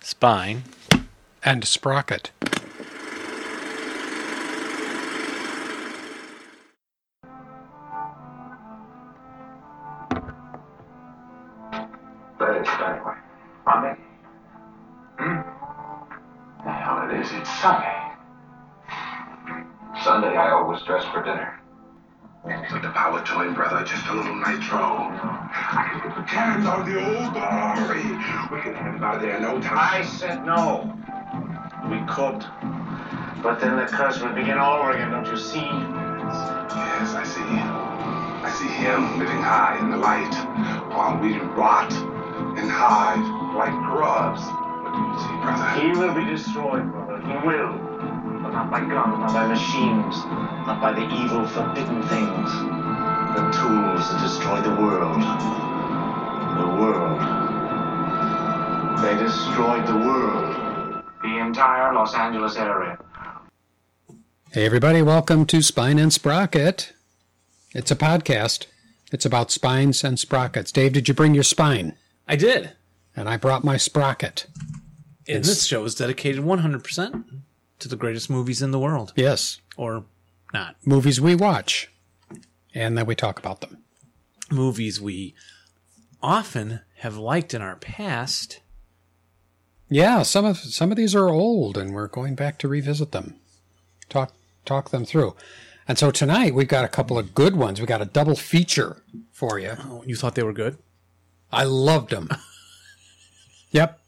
spine, and sprocket. That is anyway. Monday? Hmm? The hell it is, it's Sunday. Sunday I always dress for dinner. Put the power joint, brother, just a little nitro. Cans are the old glory. We can have it out of there in no time. I said no. We could. But then the curse would begin all over again, don't you see? Yes, I see. I see him living high in the light, while we rot and hide like grubs. What do you see, brother? He will be destroyed, brother. He will. But not by guns, not by machines, not by the evil forbidden things. The tools that destroy the world. The world. They destroyed the world. The entire Los Angeles area. Hey, everybody, welcome to Spine and Sprocket. It's a podcast, it's about spines and sprockets. Dave, did you bring your spine? I did. And I brought my sprocket. And this show is dedicated 100% to the greatest movies in the world. Yes, Or not. movies we watch, and then we talk about them. Movies we often have liked in our past. Yeah, some of some of these are old, and we're going back to revisit them, talk talk them through. And so tonight we've got a couple of good ones. We got a double feature for you. Oh, you thought they were good? I loved them. yep,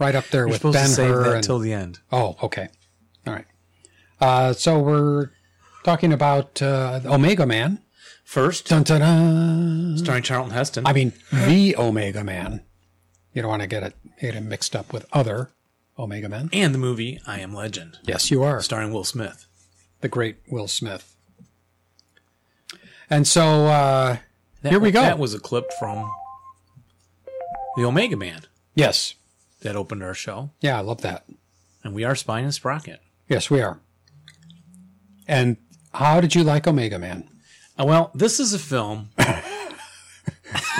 right up there You're with supposed Ben to save Hur. that and- till the end. oh, okay, all right. Uh, so we're talking about uh, Omega Man. First, Dun, dun, dun. starring Charlton Heston. I mean, the Omega Man. You don't want to get it get it mixed up with other Omega Men. and the movie I Am Legend, Yes, you are. starring Will Smith. the great Will Smith. And so uh, That here we wa- go. That was a clip from The Omega Man yes, that opened our show. yeah, I love that. And we are Spine and Sprocket. Yes, we are. And how did you like Omega Man? Uh, well, this is a film.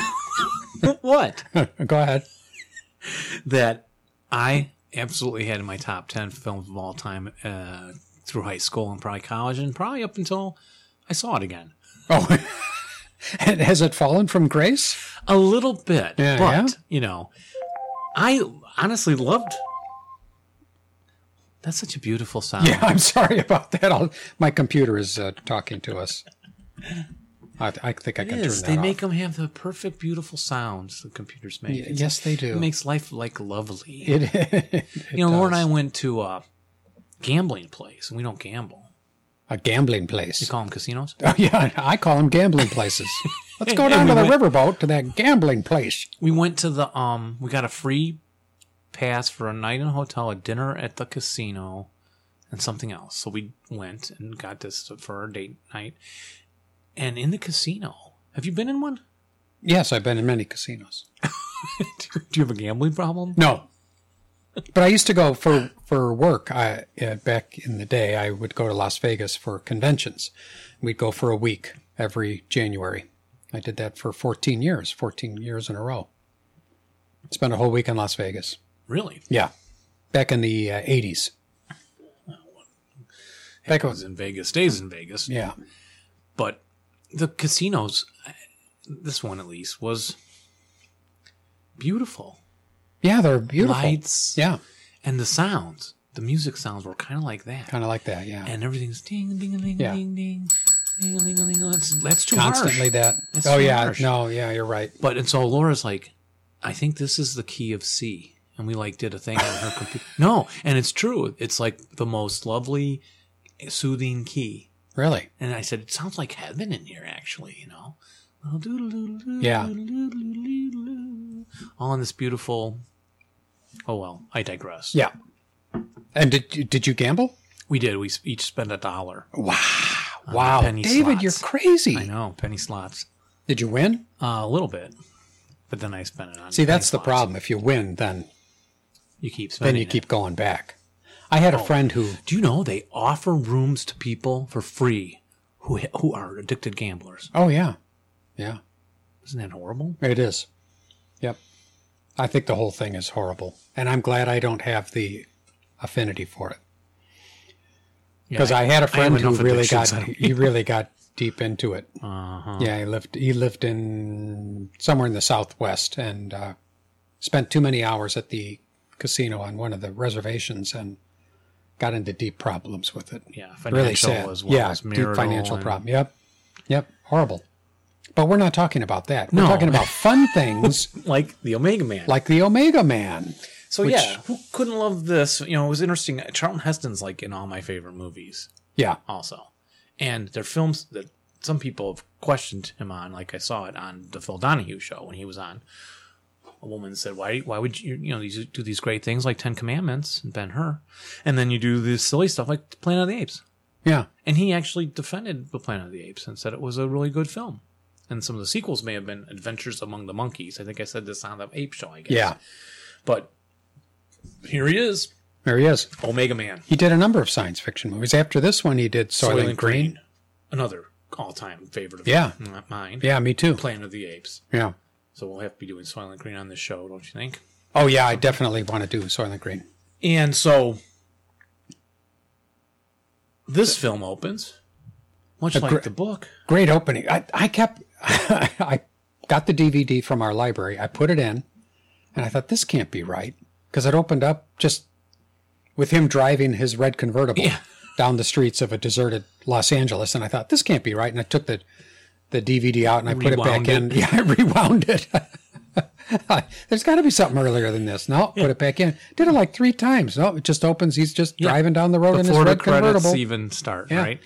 what? go ahead. that I absolutely had in my top 10 films of all time uh, through high school and probably college and probably up until I saw it again. Oh, and has it fallen from grace? A little bit, Yeah, but, yeah? you know, I honestly loved. That's such a beautiful sound. Yeah, I'm sorry about that. I'll, my computer is uh, talking to us. I, I think I It can is. turn that They off. make them have the perfect, beautiful sounds the computers make. Y- yes, they do. It makes life like lovely. it, you know, Laura and I went to a gambling place, and we don't gamble. a gambling You place. call them casinos? Oh, yeah, I call them gambling places. Let's go down to the riverboat to that gambling place. We went to the um we got a free pass for a night in a hotel, a dinner at the casino, and something else. So we went and got this for our date night. And in the casino. Have you been in one? Yes, I've been in many casinos. Do you have a gambling problem? No, but I used to go for for work. I uh, back in the day, I would go to Las Vegas for conventions. We'd go for a week every January. I did that for 14 years, 14 years in a row. Spent a whole week in Las Vegas. Really? Yeah, back in the uh, 80s. Back I when, was in Vegas, stays in Vegas. yeah, But the casinos this one at least was beautiful. yeah, they're beautiful. Lights Yeah, and the sounds. The music sounds were kind of like that. kind of like that. Yeah, and everything's ding ding ding Yeah. ding ding ding ding ding. ding. That's, that's too constantly harsh. that. It's oh too yeah, harsh. no, yeah, you're right. But and so Laura's like, I think this is the key of C, and we like did a thing on her computer. No, and it's true. It's like the most lovely, soothing key. Really. And I said, it sounds like heaven in here, actually. You know, Little doodle-doodle-doo, Yeah. doodle-doodle-doo-doo-doo. All in this beautiful. Oh well, I digress. Yeah. And did you- did you gamble? We did. We s- each spent a dollar. Wow, penny David, slots. you're crazy. I know penny slots. Did you win? Uh, a little bit, but then I spent it on. See, that's the penny slots. problem. If you win, then You Oh. keep then spending. you it. keep going back. I had a friend who Do you know they offer rooms to people for free who who are addicted gamblers? Oh yeah. Yeah. Isn't that horrible? It is. Yep. I think the whole thing is horrible, and I'm glad I don't have the affinity for it because I had a friend who enough really got addictions, I don't he really got deep into it. Uh-huh. Yeah, he lived he lived in somewhere in the southwest and uh, spent too many hours at the casino on one of the reservations and got into deep problems with it. Yeah, really financial sad. as well yeah, as deep marital financial and- problem. Yep, yep, horrible. But we're not talking about that. We're No. talking about fun things Like the Omega Man. like the Omega Man. so which- yeah, who couldn't love this? You know, it was interesting. Charlton Heston's like in all my favorite movies. Yeah, also. And they're films that some people have questioned him on. Like I saw it on the Phil Donahue show when he was on. A woman said, "Why? Why would you? You know, these do these great things like Ten Commandments and Ben Hur, and then you do this silly stuff like Planet of the Apes." yeah, And he actually defended the Planet of the Apes and said it was a really good film. And some of the sequels may have been Adventures Among the Monkeys. I think I said this on the Ape show. I guess. yeah. But here he is, There he is. Omega Man. He did a number of science fiction movies. After this one, he did Soylent, Soylent Green. Green, another all-time favorite of Yeah. not mine. Yeah, me too. Planet of the Apes. Yeah. So we'll have to be doing Soylent Green on this show, don't you think? Oh yeah, I definitely want to do Soylent Green. And so this film opens much like gr- the book. Great opening. I, I kept I got the DVD from our library. I put it in, and I thought this can't be right because it opened up just with him driving his red convertible Yeah. down the streets of a deserted Los Angeles, and I thought this can't be right. And I took the the DVD out and I put it back Rewound in. Yeah, I rewound it. There's got to be something earlier than this. No, put it back in. Did it like three times. No, it just opens. He's just driving down the road in his Before the red credits convertible. even start, Yeah. right?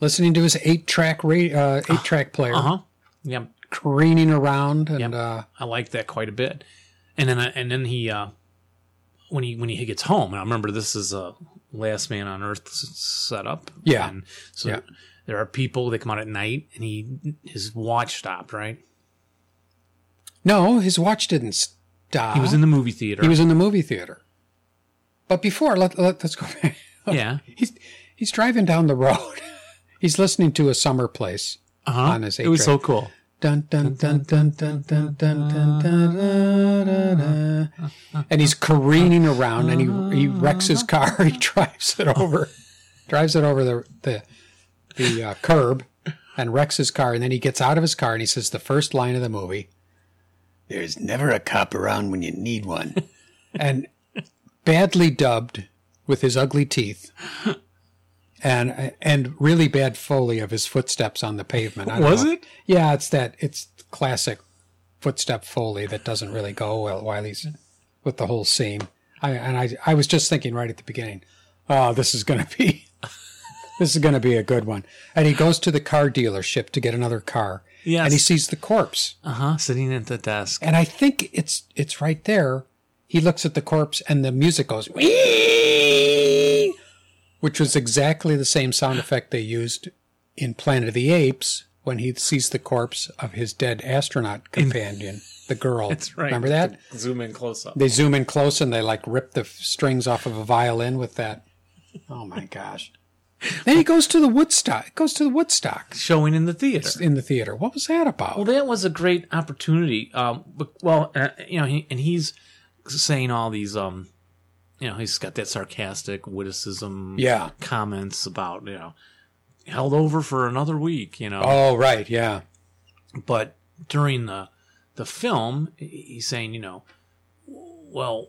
listening to his eight track ra- uh, eight track player Uh huh. Yeah. careening around and Yep. uh, I like that quite a bit. And then I, and then he uh when he when he gets home, and I remember this is a last man on earth s- setup. Yeah. And so Yeah. there are people that come out at night and he his watch stopped, right? no, his watch didn't stop. He was in the movie theater. he was in the movie theater. But before let, let let's go back. yeah. He's he's driving down the road. he's listening to a summer place. Uh-huh. on his it was so A-track. cool. Dun dun dun dun dun dun dun dun dun dun dun, dun. and he's careening around and he he wrecks his car. he drives it over, drives it over the the the uh, curb, and wrecks his car. And then he gets out of his car and he says the first line of the movie: "There's never a cop around when you need one," and badly dubbed with his ugly teeth. And, and really bad foley of his footsteps on the pavement. I don't Was know. it? Yeah, it's that it's classic footstep foley that doesn't really go well while he's with the whole scene. I and I I was just thinking right at the beginning, oh, this is gonna be this is gonna be a good one. And he goes to the car dealership to get another car. Yes. And he sees the corpse. Uh huh. Sitting at the desk. And I think it's it's right there. He looks at the corpse and the music goes "Wee!" which was exactly the same sound effect they used in Planet of the Apes when he sees the corpse of his dead astronaut companion, the girl. That's right. Remember that? Zoom in close up. They zoom in close and they like rip the f- strings off of a violin with that. Oh my gosh. Then he goes to the Woodstock. Goes to the Woodstock Showing in the theater. in the theater. What was that about? Well, that was a great opportunity. Um, but, well, uh, you know, he, and he's saying all these, um, you know, he's got that sarcastic witticism yeah. comments about, you know, held over for another week, you know. Oh right. Yeah. But during the the film, he- he's saying, you know, well,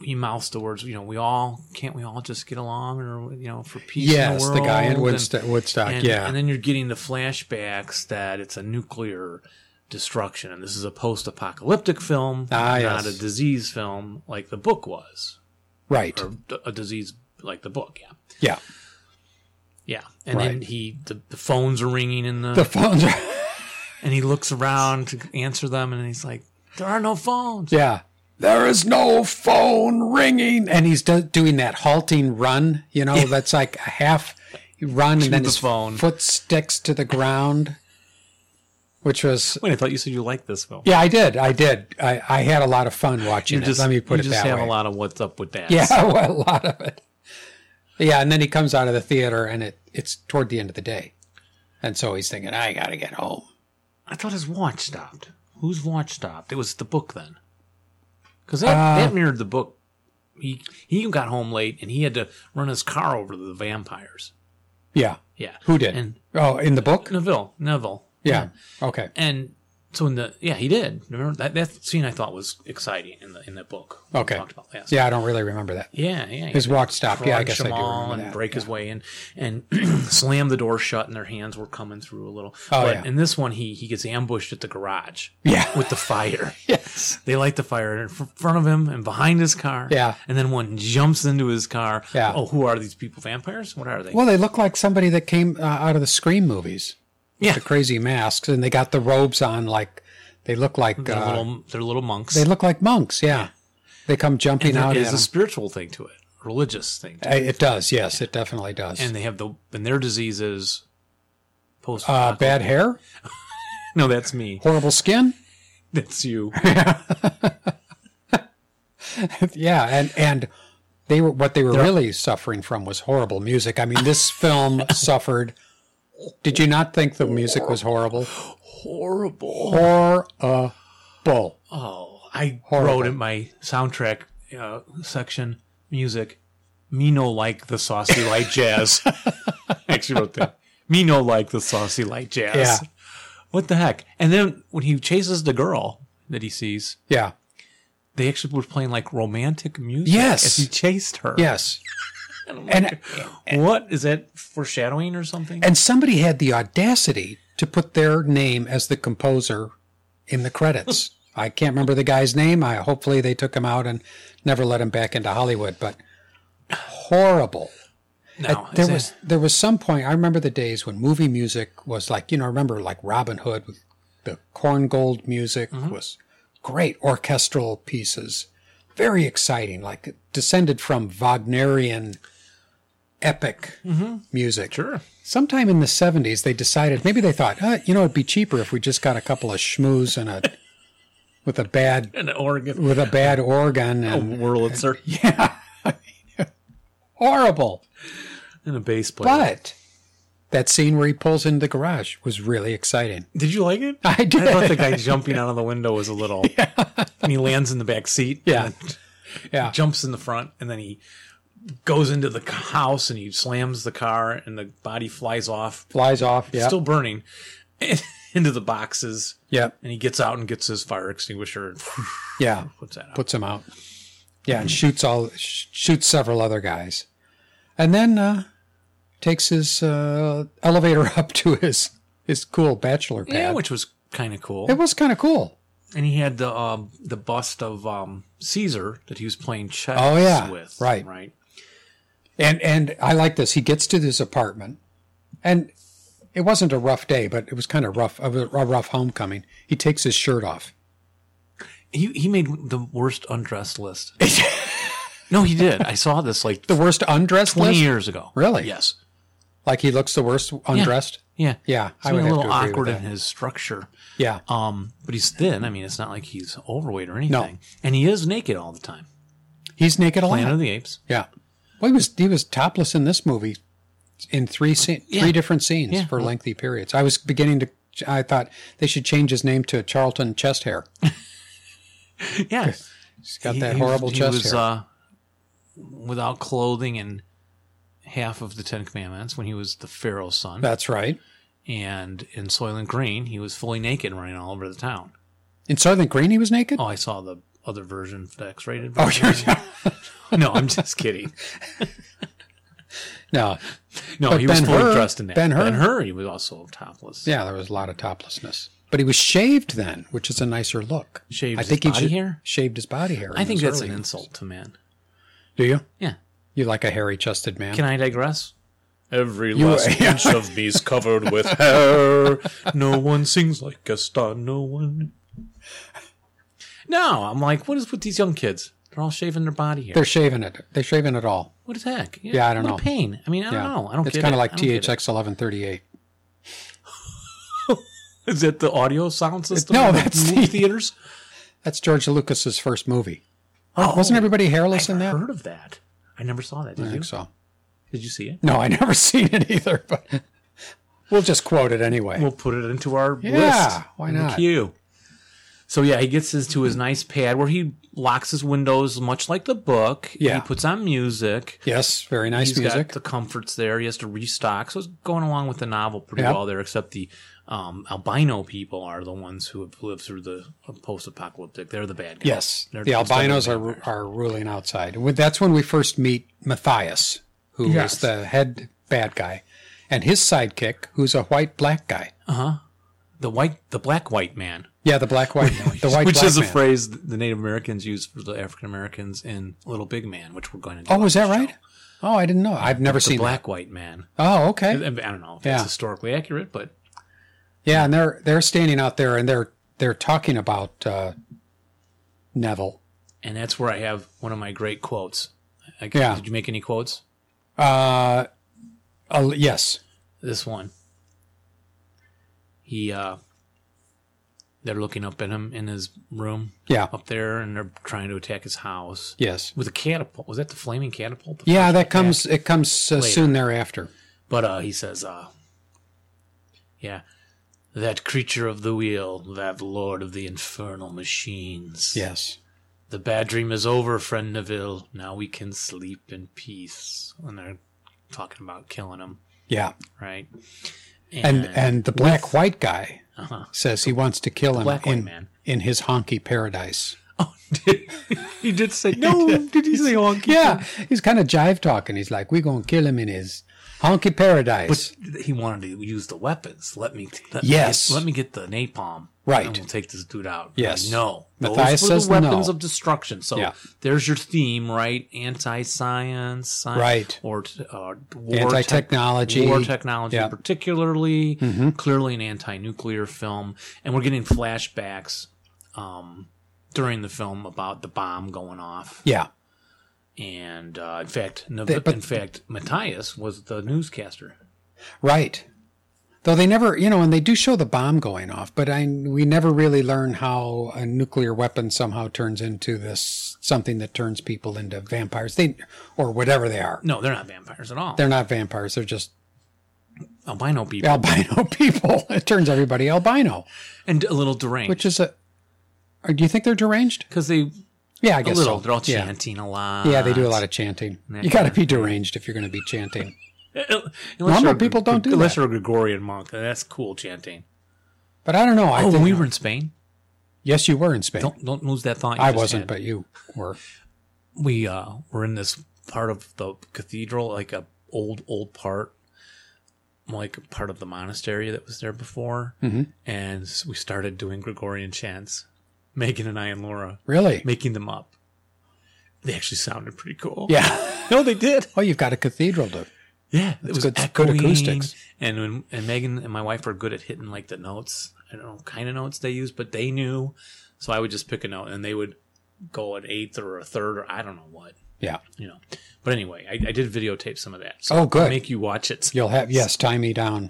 he mouths the words, you know, we all can't we all just get along, or you know, for peace. in Yes, the, the, guy in world?" And- Woodstock. Woodstock. and, yeah. and then you're getting the flashbacks that it's a nuclear destruction, and this is a post-apocalyptic film, Ah, not yes. a disease film like the book was, right. or d- a disease like the book. Yeah, Yeah. yeah. And then Right. he the, the phones are ringing in the, The phones are. and he looks around to answer them, and he's like, "There are no phones." Yeah. There is no phone ringing. And he's do- doing that halting run, you know, that's like a half run and then the his phone. foot sticks to the ground, which was. Wait, I thought you said you liked this film. Yeah, I did. I did. I, I had a lot of fun watching you it. just Let me put you it just that have way. a lot of what's up with that. Yeah, well, a lot of it. Yeah, and then he comes out of the theater and it, it's toward the end of the day. And so he's thinking, I got to get home. I thought his watch stopped. Whose watch stopped? It was the book then. because that, Uh, that mirrored the book. He he even got home late and he had to run his car over to the vampires. Yeah. Yeah, Who did? And oh, in the book? Neville, Neville. Yeah. Okay. and so in the yeah he did. Remember that that scene I thought was exciting in the in that book. we Okay. talked about last. Yeah, I don't really remember that. yeah, yeah. he His had to walk stop. Yeah, I crunch guess I them do all remember and that. break his way in and slam the door shut, and their hands were coming through a little. Oh, but yeah. in this one, he he gets ambushed at the garage Yeah. with the fire. yes. They light the fire in fr- front of him and behind his car. Yeah. And then one jumps into his car. Yeah. Oh, who are these people? Vampires? What are they? Well, they look like somebody that came uh, out of the Scream movies. yeah. The crazy masks, and they got the robes on. Like they look like They're uh, little, they're little monks. they look like monks. Yeah. They come jumping and out. there At is a 'em. spiritual thing to it, religious thing. To it. Uh, It does. Yes, it definitely does. And they have the and their diseases. Post uh, bad hair, No, that's me. horrible skin. That's you. Yeah, and and they were what they were They're- really suffering from was horrible music. I mean, this film suffered. Did you not think the music was horrible? Horrible. Horrible. Oh, I Horrible. wrote in my soundtrack uh, section music. Me no like the saucy light jazz. I actually wrote that. Me no like the saucy light jazz. Yeah. What the heck? And then when he chases the girl that he sees, Yeah. they actually were playing like romantic music. Yes. As he chased her. Yes. And What is that foreshadowing or something? and somebody had the audacity to put their name as the composer in the credits. I can't remember the guy's name. I hopefully they took him out and never let him back into Hollywood, but horrible. no. is uh, there that- was there was some point I remember the days when movie music was like you know I remember like Robin Hood with the corn gold music Mm-hmm. was great orchestral pieces very exciting like descended from Wagnerian epic music Mm-hmm. sure. sometime in the 70s they decided maybe they thought uh, you know it'd be cheaper if we just got a couple of schmooze and a with a bad An Oregon with a bad organ Oh. and Wurlitzer horrible and a bass player. But that scene where he pulls into the garage was really exciting. Did you like it? I did. I thought the guy jumping out of the window was a little. And he lands in the back seat. Yeah. and then Yeah. jumps in the front, and then he goes into the house and he slams the car, and the body flies off, Flies off. Yeah. still burning, into the boxes. yeah. And he gets out and gets his fire extinguisher and Yeah. puts that out. Puts him out. Yeah, Hmm. and shoots all sh- shoots several other guys, and then uh, takes his uh, elevator up to his his cool bachelor pad. yeah, which was kind of cool. it was kind of cool. and he had the um, the bust of um, Caesar that he was playing chess Oh, yeah. with. Right. Right. And and I like this. He gets to this apartment, and it wasn't a rough day, but it was kind of rough. A, a rough homecoming. He takes his shirt off. He he made the worst undressed list. no, he did. I saw this like The worst undressed 20 list? years ago. Really? Yes. Like he looks the worst undressed. Yeah. Yeah, He's I would a have little to agree awkward with in that. his structure. Yeah. Um, but he's thin. I mean, it's not like he's overweight or anything. And he is naked all the time. He's naked a Planet lot. of the Apes. Yeah. Well, he was he was topless in this movie, in three scene, three different scenes Yeah. for lengthy periods. I was beginning to. I thought they should change his name to Charlton Chest Hair. Yeah. He's got He- that he was- horrible he chest was, hair. Uh, without clothing and half of the Ten Commandments when he was the Pharaoh's son. That's right. and in Soylent Green, he was fully naked running all over the town. In Soylent Green, he was naked. Oh, I saw the other version, the X-rated Oh, version. no, I'm just kidding. No. No, But he was Ben-Hur- fully dressed in that. Ben-Hur? Ben-Hur, he was also topless. Yeah, there was a lot of toplessness. But he was shaved then, which is a nicer look. Shaved I his think he body should- hair? Shaved his body hair. I in think those that's an early- insult to man. Do you? Yeah. You like a hairy-chested man? Can I digress? Every You- last inch of me's covered with hair. No one sings like Gaston. No one. No, I'm like, what is with these young kids? They're all shaving their body hair. They're shaving it. They're shaving it all. What the heck? Yeah, I don't what a know. pain. I mean, I don't know. I don't. It's get kind it. of like I don't get it. THX 1138. Is that the audio sound system? no, in the that's movie the- theaters. That's George Lucas's first movie. Oh, Wasn't everybody hairless I in that? heard of that? I never saw that. Did I you? think so. Did you see it? No, I never seen it either, but we'll just quote it anyway. We'll put it into our Yeah, list. why in the not? Queue. So yeah, he gets his to his nice pad where he locks his windows, much like the book. Yeah. he puts on music. Yes, very nice He's music. got the comforts there. He has to restock, so it's going along with the novel pretty Yeah. well there. Except the um, albino people are the ones who have lived through the post-apocalyptic. They're the bad guys. yes, They're the still albinos bad are guys. are ruling outside. With- That's when we first meet Matthias, who is Yes. the head bad guy, and his sidekick, who's a white black guy. the white, the black white man, Yeah, the black white, the white which black is a man. phrase the Native Americans use for the African Americans in Little Big Man, which we're going to. Do Oh, on is that this show. right? Oh, I didn't know. I've never The seen black white man. that. Oh, okay. I I don't know if Yeah. that's historically accurate, but Yeah, and they're they're standing out there and they're they're talking about uh, Neville. and that's where I have one of my great quotes. I, Yeah. Did you make any quotes? Uh, oh, yes, This one. He, uh, they're looking up at him in his room yeah, up there, and they're trying to attack his house yes, with a catapult. Was that the flaming catapult? The yeah. first That attack? comes it comes uh, Later. soon thereafter. But uh, he says, uh, yeah, that creature of the wheel, that lord of the infernal machines. Yes, The bad dream is over, friend Neville. Now we can sleep in peace. And they're talking about killing him, yeah, right? and and the black white guy uh-huh. says he wants to kill him black white in man. in his honky paradise. oh, did, he did say no. Did he say honky? Yeah, he's kind of jive talking. He's like, "We're gonna kill him in his honky paradise." But he wanted to use the weapons. Let me. Let Yes. Me get, let me get the napalm. Right. And we'll take this dude out. Yes. Like, no. Matthias Those were says the weapons no. of destruction. So Yeah. there's your theme, right? Anti-science. sci- Right. Or uh, war Anti-technology. War technology, Yeah. Mm-hmm. particularly. Clearly an anti-nuclear film, and we're getting flashbacks. Um, during the film about the bomb going off yeah, and uh, in fact no, They- but- in fact matthias was the newscaster Right. Though they never, you know, and they do show the bomb going off, but I we never really learn how a nuclear weapon somehow turns into this something that turns people into vampires. They or whatever they are. no they're not vampires at all They're not vampires. They're just albino people albino people. It turns everybody albino, and a little deranged which is a. Or do you think they're deranged? because they Yeah, I a guess little so. they're all yeah. chanting a lot Yeah, they do a lot of chanting. that You got to kind be deranged if you're going to be chanting. Uh, unless Normal you're a- people don't do unless that. you're a Gregorian monk that's cool chanting But I don't know. I oh when think, we were in Spain yes, you were in Spain. don't don't lose that thought you I just wasn't, had. but you were. we uh were in this part of the cathedral like a old old part like part of the monastery that was there before Mm-hmm. and s- we started doing Gregorian chants Megan and I and Laura Really? making them up they actually sounded pretty cool Yeah. no they did Oh, you've got a cathedral to Yeah, it was good- good echoing. acoustics. And when, and Megan and my wife are good at hitting like the notes. I don't know what kind of notes they use, but they knew. So I would just pick a note, and they would go an eighth or a third, or I don't know what Yeah. you know. But anyway, I, I did videotape some of that. So Oh, I'll good. Make you watch it. You'll have yes, tie me down.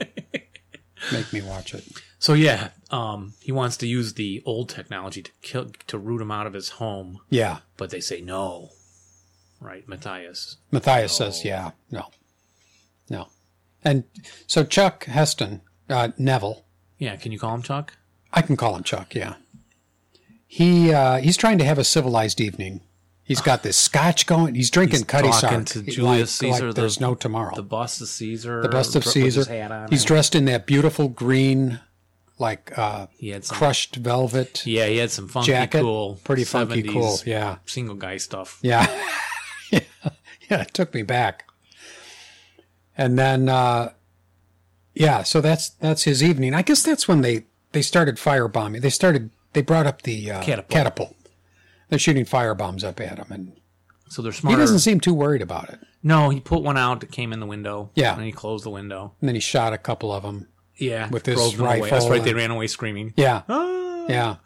Make me watch it. So yeah, um, he wants to use the old technology to kill to root him out of his home, Yeah. but they say no. Right, Matthias. Matthias says, No. yeah, no. No. And so Chuck Heston, uh, Neville, Yeah, can you call him Chuck? I can call him Chuck, yeah. He uh, he's trying to have a civilized evening. He's got this scotch going. He's drinking He's Cutty talking Sark. to like- Julius like Caesar, the- there's no tomorrow. The bust of Caesar. The bust of dr- with his Caesar. hat on He's and- dressed in that beautiful green, like uh, He had some crushed velvet Yeah, he had some funky jacket. cool, Pretty funky, 70s cool. Yeah. single guy stuff. Yeah. yeah, it took me back. And then uh yeah, so that's that's his evening. I guess that's when they they started firebombing. They started they brought up the uh, Catapult. They're shooting firebombs up at him and So they're he smarter. doesn't seem too worried about it. no, he put one out that came in the window. Yeah. and he closed the window. And then he shot a couple of them. Yeah, With his drove them away. That's rifle right. They and- ran away screaming. Yeah. Ah! Yeah.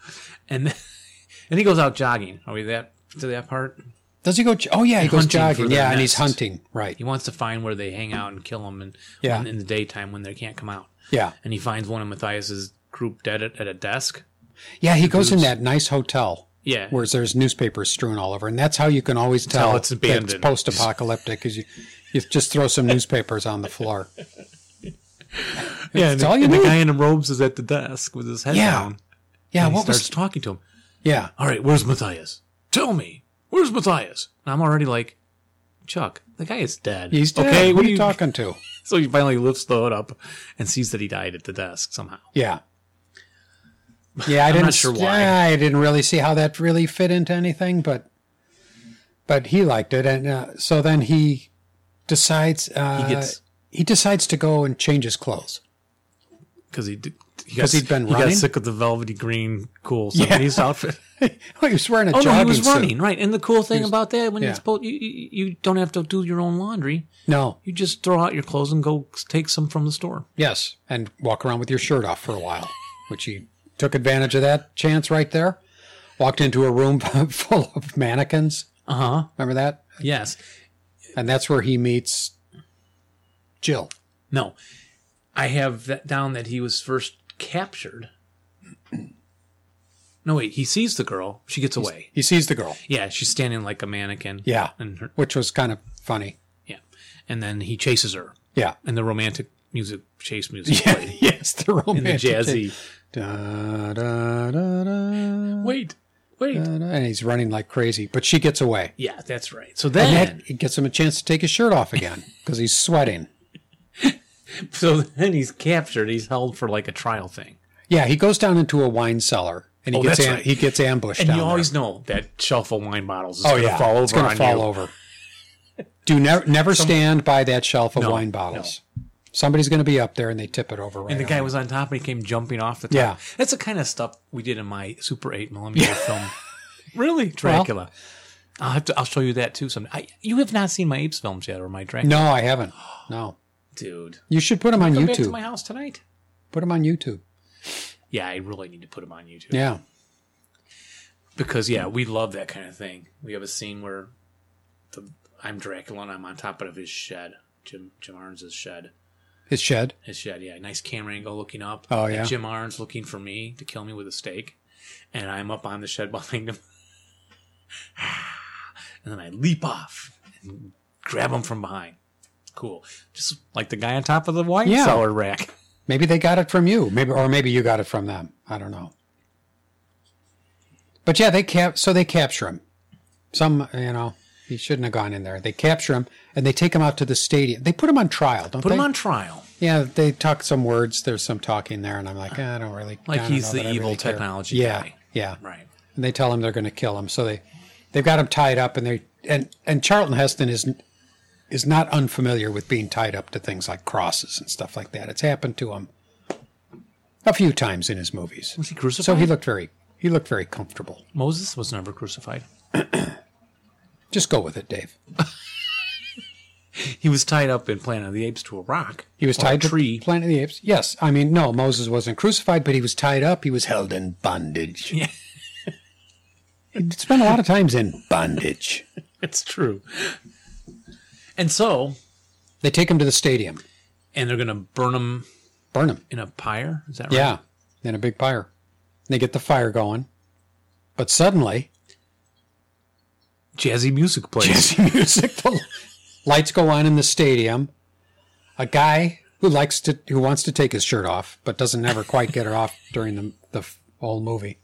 and then, and he goes out jogging. Are we that to that part? Does he go j- Oh yeah, he goes Hunting for jogging. their Yeah, and nests. he's hunting. Right. He wants to find where they hang out and kill them, and Yeah. in the daytime when they can't come out. Yeah. And he finds one of Matthias's group dead at, at a desk. Yeah, he goes in that nice hotel. Yeah, whereas there's newspapers strewn all over, and that's how you can always tell, it's abandoned. that It's post-apocalyptic because you, you just throw some newspapers on the floor. yeah. and it's all you and the need. guy in the robes is at the desk with his head Yeah. down. Yeah, And he what starts was? talking to him. Yeah, All right, where's Matthias? Tell me, where's Matthias? And I'm already like, Chuck, the guy is dead. he's dead. Okay, what are you talking to? So he finally lifts the hood up and sees that he died at the desk somehow. Yeah. Yeah, I I'm didn't. not sure why. yeah, I didn't really see how that really fit into anything, but but he liked it, and uh, so then he decides uh, He gets he decides to go and change his clothes. because he did- he 'Cause got- he'd been he got running? sick of the velvety green cool Yeah. 70s outfit. oh, he was wearing a Oh jogging no, he was suit. running right. And the cool thing was- about that when yeah. you're supposed, you, you you don't have to do your own laundry. No, You just throw out your clothes and go take some from the store. yes, and walk around with your shirt off for a while, which he took advantage of that chance right there. Walked into a room full of mannequins. Uh huh. Remember that? Yes. And that's where he meets Jill. No, I have that down that he was first captured. No wait, he sees the girl. She gets away. He sees the girl. Yeah, she's standing like a mannequin. Yeah. and her, which was kind of funny. yeah, and then he chases her, Yeah. and the romantic music chase music Yeah, played, yes, the and the romantic. jazzy. Da, da, da, da, Wait, wait. da, da. And he's running like crazy, but she gets away. yeah, that's right. So And then, that it gets him a chance to take his shirt off again because he's sweating. so then he's captured. He's held for like a trial thing. Yeah, he goes down into a wine cellar and he Oh, gets that's am- right. he gets ambushed. And down you there. always know that shelf of wine bottles is oh going to yeah, fall over it's gonna on fall you. over. Do never never stand by that shelf of No, wine bottles. Somebody's going to be up there and they tip it over. Right And the on guy him. was on top and he came jumping off the top. Yeah. That's the kind of stuff we did in my Super 8 millimeter film. Really? Dracula. I'll have to I'll show you that too someday. I, you have not seen my apes films yet or my Dracula. No, I haven't. No, Dude. you should put him on Come back to YouTube. my house tonight. put him on YouTube. Yeah, I really need to put them on YouTube. Yeah, Because yeah, we love that kind of thing. We have a scene where the I'm Dracula and I'm on top of his shed. Jim Jim Arnes' shed. his shed. his shed. Yeah, nice camera angle looking up. Oh, And yeah. Jim Arn's looking for me to kill me with a stake, and I'm up on the shed behind him. and then I leap off and grab him from behind. Cool, just like the guy on top of the wine Yeah. cellar rack. Maybe they got it from you. Maybe or maybe you got it from them. I don't know. But yeah, they cap so they capture him. Some you know, he shouldn't have gone in there. They capture him and they take him out to the stadium. They put him on trial, don't Put they? him on trial, Yeah, they talk some words. There's some talking there, and I'm like, eh, I don't really. Like I don't he's know the that I evil really care." technology Yeah, guy. yeah. right? And they tell him they're going to kill him, so they they've got him tied up, and they and and Charlton Heston is is not unfamiliar with being tied up to things like crosses and stuff like that. It's happened to him a few times in his movies. Was he crucified? So he looked very he looked very comfortable. Moses was never crucified. Just go with it, Dave. He was tied up in Planet of the Apes to a rock. He was or tied a to tree. Planet of the Apes. Yes, I mean no, Moses wasn't crucified, but he was tied up. He was held in bondage. Yeah. he spent a lot of times in bondage. it's true. And so, They take him to the stadium, and they're gonna burn him burn him. in a pyre. Is that right? Yeah, in a big fire. They get the fire going, but suddenly, Jazzy music plays. jazzy music. The lights go on in the stadium. A guy who likes to who wants to take his shirt off, but doesn't ever quite get it off during the the whole movie.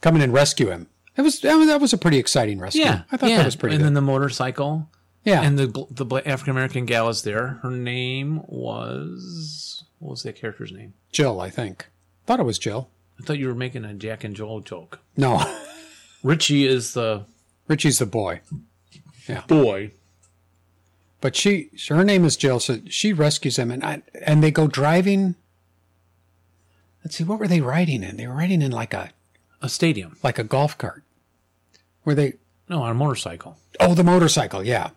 Come in and rescue him. It was I mean, that was a pretty exciting rescue. Yeah, I thought yeah. that was pretty And good. then the motorcycle, yeah, and the bl- the African American gal is there. Her name was what was that character's name? Jill, I think. Thought it was Jill. I thought you were making a Jack and Joel joke. No, Richie is the Richie's the boy, boy. but she her name is Jill. So she rescues him, and I, and they go driving. Let's see, what were they riding in? They were riding in like a A stadium. like a golf cart. Were they No, on a motorcycle. Oh, the motorcycle, yeah.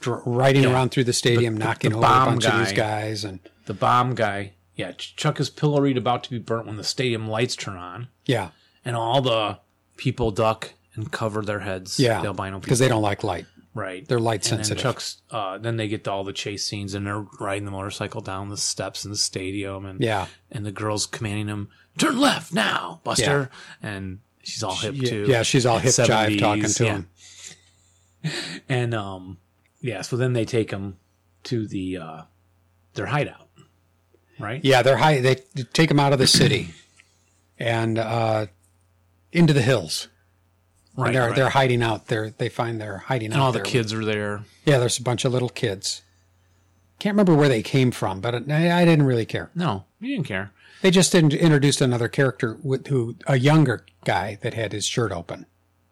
Dr- riding Yeah. around through the stadium, The- the- knocking the over a bomb bunch of these guy. guys, and The bomb guy. Yeah, Ch- Chuck is pilloried, about to be burnt when the stadium lights turn on, yeah, and all the people duck and cover their heads. yeah, the albino people. because they don't like light. Right. They're light and Then sensitive. Chuck's. Uh, then they get to all the chase scenes, and they're riding the motorcycle down the steps in the stadium, and Yeah, and the girl's commanding him, "Turn left now, Buster," and she's all hip yeah, too. yeah, she's all And hip jive talking 70s, to yeah. him. And um, yeah. So then they take him to the uh, their hideout, right? Yeah, they're high. They take him out of the city, and uh, into the hills. Right. and they're right. they're hiding out. They're they find they're hiding and out. all the there. kids are there. Yeah, there's a bunch of little kids. Can't remember where they came from, but I, I didn't really care. No, you didn't care. They just in, introduced another character with who a younger guy that had his shirt open.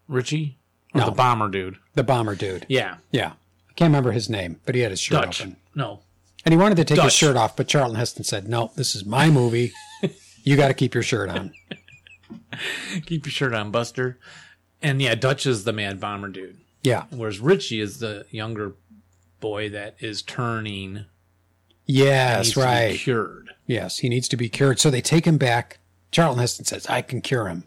Richie? Or No. The bomber dude. The bomber dude. Yeah. Yeah. I can't remember his name, but he had his shirt Dutch. open. No. And he wanted to take his Dutch. shirt off, but Charlton Heston said, No, this is my movie. you got to keep your shirt on. Keep your shirt on, Buster. And yeah, Dutch is the mad bomber dude. Yeah. Whereas Richie is the younger boy that is turning. needs Yes, to be right. Cured. Yes, he needs to be cured. So they take him back. Charlton Heston says, I can cure him.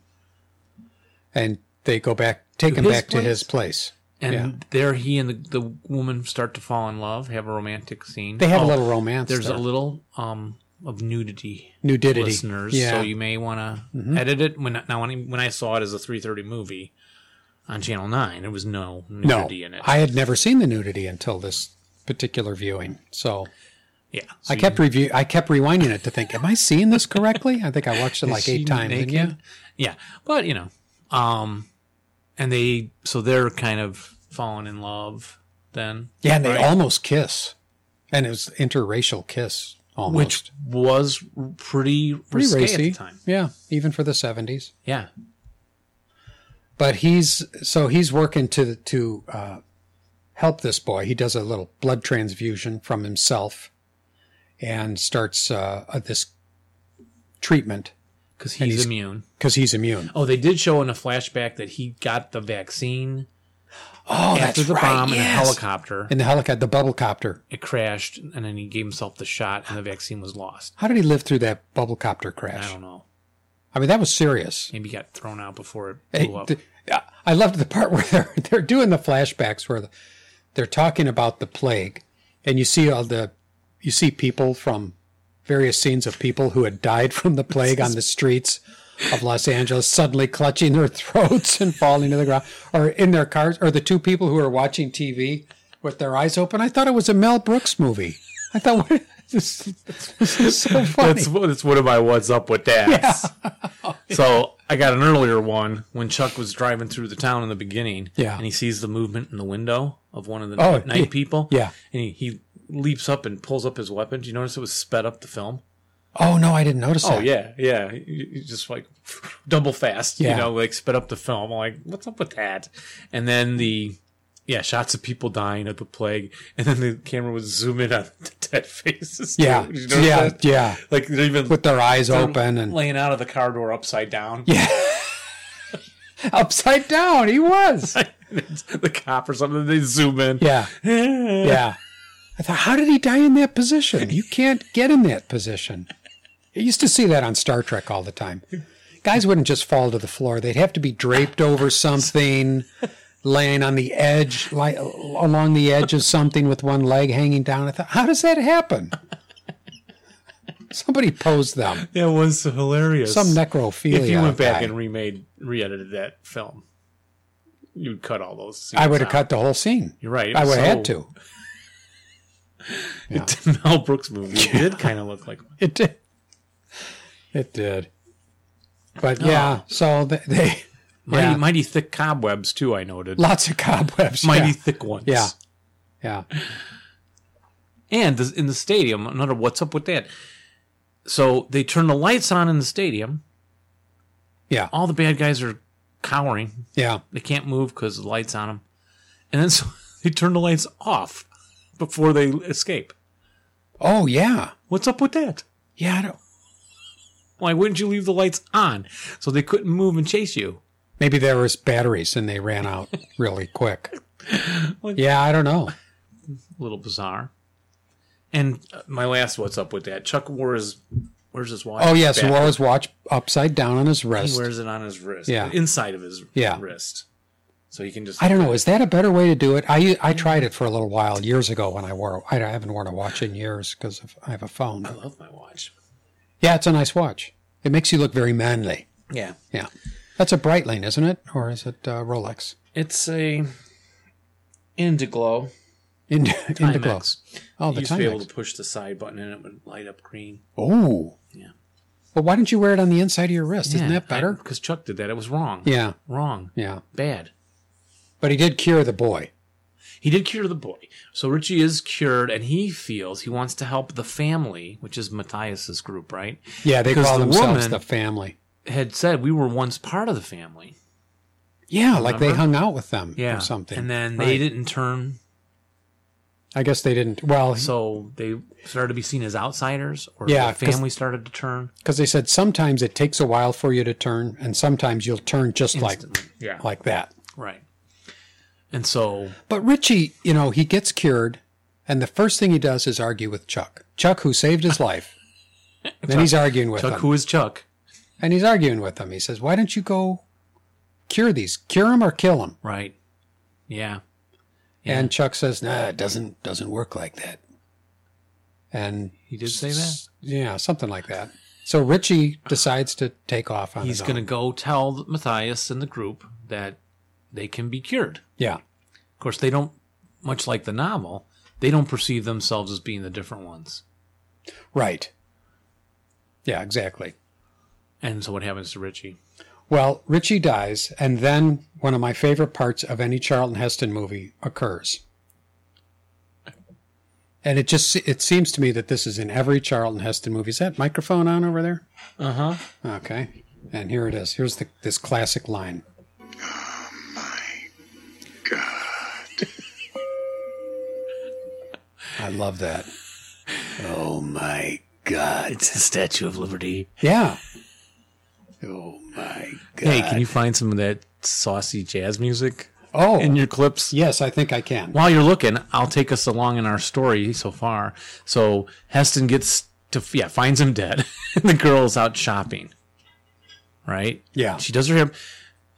And they go back, take him his back to his place. And Yeah. there he and the, the woman start to fall in love, have a romantic scene. They have a Oh, little romance. There's there. a little um of nudity. nudity. listeners, Yeah. Mm-hmm. so you may want to edit it. When now when I, when I saw it as a 3:30 movie on Channel Nine, there was no no, nudity in it. I had never seen the nudity until this particular viewing. So yeah, I kept review. I kept rewinding it to think, am I seeing this correctly? I think I watched it Is like she eight times. and naked? yeah, but you know, um, and they so they're kind of falling in love then, yeah, yeah, and they Right. almost kiss, and it was interracial kiss almost. which was pretty pretty risque racy at the time. Yeah, even for the seventies. Yeah, But he's so he's working to to uh, help this boy. He does a little blood transfusion from himself, and starts uh, uh, this treatment because And he's, he's- immune. because he's immune. Oh, they did show in a flashback that he got the vaccine Oh, after the bomb in a helicopter. In the helicopter, the bubble copter. it crashed, and then he gave himself the shot, and the vaccine was lost. How did he live through that bubble copter I crash? don't know. I mean, that was serious. Maybe he got thrown out before it Hey, blew up. th- I loved the part where they're, they're doing the flashbacks where the, they're talking about the plague, and you see all the you see people from various scenes of people who had died from the plague on the streets of Los Angeles suddenly clutching their throats and falling to the ground, or in their cars, or the two people who are watching TV with their eyes open. I thought it was a Mel Brooks movie. I thought what, this, this is so funny. That's what that's one of my what's up with that. so I got an earlier one when Chuck was driving through the town in the beginning. Yeah. And he sees the movement in the window of one of the Oh, night, night yeah. people. Yeah. And he, he leaps up and pulls up his weapon. Do you notice it was sped up the film? oh no, I didn't notice Oh that. yeah, yeah. You- you Just like double fast, Yeah. you know, like sped up the film. I'm like, what's up with that? And then the yeah, shots of people dying of the plague, and then the camera would zoom in on the dead faces. too. Yeah, Did you notice yeah, that? yeah. Like they're even With their eyes they're open and laying out of the car door upside down. Yeah. Upside down, he was. It's the cop or something. They zoom in. Yeah, yeah. I thought, how did he die in that position? You can't get in that position. I used to see that on Star Trek all the time. Guys wouldn't just fall to the floor, they'd have to be draped over something, laying on the edge, like along the edge of something with one leg hanging down. I thought, how does that happen? Somebody posed them. It was hilarious. Some necrophilia. if you went back guy. and remade, re-edited that film, you'd cut all those. Scenes I would have out. cut the whole scene. You're right. I would have had So- to. The Mel Brooks movie did kind of look like one. It did. It did. But Oh. yeah, so they, they mighty, Yeah. mighty thick cobwebs too. I noted lots of cobwebs. mighty yeah. thick ones. Yeah. yeah. and the, in the stadium, another what's up with that? So they turn the lights on in the stadium. Yeah. All the bad guys are cowering. Yeah. They can't move because the lights on them, and then so they turn the lights off before they escape. Oh yeah. What's up with that? Yeah, I don't Why wouldn't you leave the lights on? So they couldn't move and chase you. maybe there was batteries and they ran out really quick. Well- Yeah, I don't know. a little bizarre. And uh, my last what's up with that? Chuck wore his where's his watch? Oh yes, he Back- wore his watch upside down on his he wrist. wears it on his wrist. Yeah. the inside of his Yeah. wrist. So he can just I don't know. Is that a better way to do it? I I tried it for a little while years ago when I wore. I haven't worn a watch in years because I have a phone. I love my watch. Yeah, it's a nice watch. It makes you look very manly. Yeah. Yeah. That's a Breitling, isn't it? Or is it uh, Rolex? It's a Indiglow. In, Indigo. Timex. Oh, you the used to be able to Timex. push the side button and it would light up green. Oh. Yeah. But why don't you wear it on the inside of your wrist? Isn't that better? Because Chuck did that. It was wrong. yeah, Wrong. yeah. Bad. But he did cure the boy. He did cure the boy. So Richie is cured, and he feels he wants to help the family, which is Matthias's group, right? Yeah, they Because call the themselves woman- the family. Had said we were once part of the family. Yeah, like they Remember? hung out with them Yeah. or something. And then Right. they didn't turn, I guess they didn't. Well, so they started to be seen as outsiders, or Yeah, the 'cause- family started to turn. because they said sometimes it takes a while for you to turn, and sometimes you'll turn just Instantly. Yeah. like like that. Right. And so But Richie, you know, he gets cured, and the first thing he does is argue with Chuck. Chuck, who saved his life. then he's arguing with Chuck, him, who is Chuck? and he's arguing with him. He says, "Why don't you go cure these? Cure him or kill him?" Right. Yeah. And Chuck says, "Nah, it doesn't doesn't work like that." And He did say that. yeah, something like that. So Richie decides to take off on He's his going to own. go tell Matthias and the group that they can be cured. Yeah, Of course, they don't, much like the novel, they don't perceive themselves as being the different ones. right. Yeah, exactly. And so what happens to Richie? Well, Richie dies, and then one of my favorite parts of any Charlton Heston movie occurs. And it just it seems to me that this is in every Charlton Heston movie. Is that microphone on over there? Uh huh. Okay. And here it is. Here's the this classic line. Oh my god. I love that. Oh my god. Uh, It's the Statue of Liberty. Yeah. Oh my god. Hey, can you find some of that saucy jazz music Oh. in your clips? yes, I think I can. While you're looking, I'll take us along in our story so far. So Heston gets to, yeah, finds him dead. the girl's out shopping, right? Yeah. She does her hair.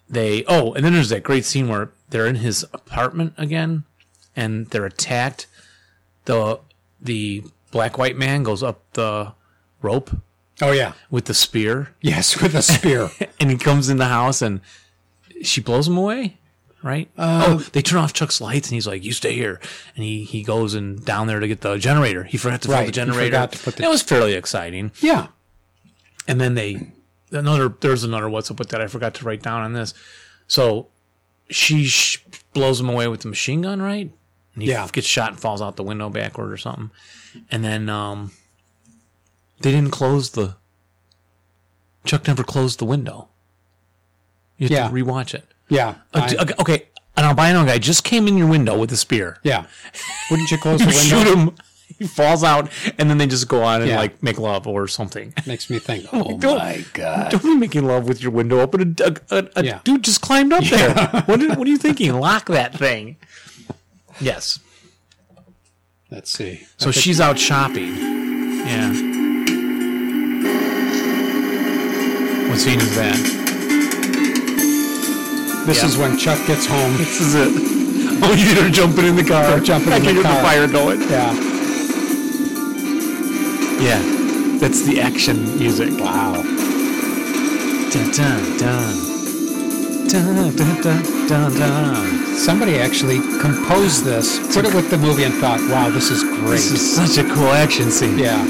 They, oh, and then there's that great scene where they're in his apartment again and they're attacked. The, the black white man goes up the rope Oh yeah. with the spear Yes, with a spear. and he comes in the house and she blows him away right Uh, oh they turn off chuck's lights and he's like you stay here and he he goes and down there to get the generator he forgot to fill Right, the he generator forgot to put the- that was fairly exciting yeah. and then they another there's another what's up with that i forgot to write down on this so she sh- blows him away with the machine gun right and he Yeah. gets shot and falls out the window backward or something and then um they didn't close the chuck never closed the window you have to Yeah. rewatch it Yeah. Uh, I- d- okay, okay an albino guy just came in your window with a spear yeah. Wouldn't you close the You window? shoot him he falls out and then they just go on and Yeah. like make love or something Makes me think. Oh Don't- my god. don't be making love with your window open. A, a, a, a Yeah. dude just climbed up there. What, are- what are you thinking? Lock that thing. Yes. Let's see. So she's out shopping. Yeah. What scene is that? This Yeah. is when Chuck gets home. This is it. Oh, you are jumping in the car. They're jumping I in can the hear car. the fire going. Yeah. Yeah. That's the action music. Wow. Dun, dun, dun. Dun, dun, dun, dun, dun. Somebody actually composed this, put it with the movie, and thought, "Wow, this is great." This is such a cool action scene. yeah.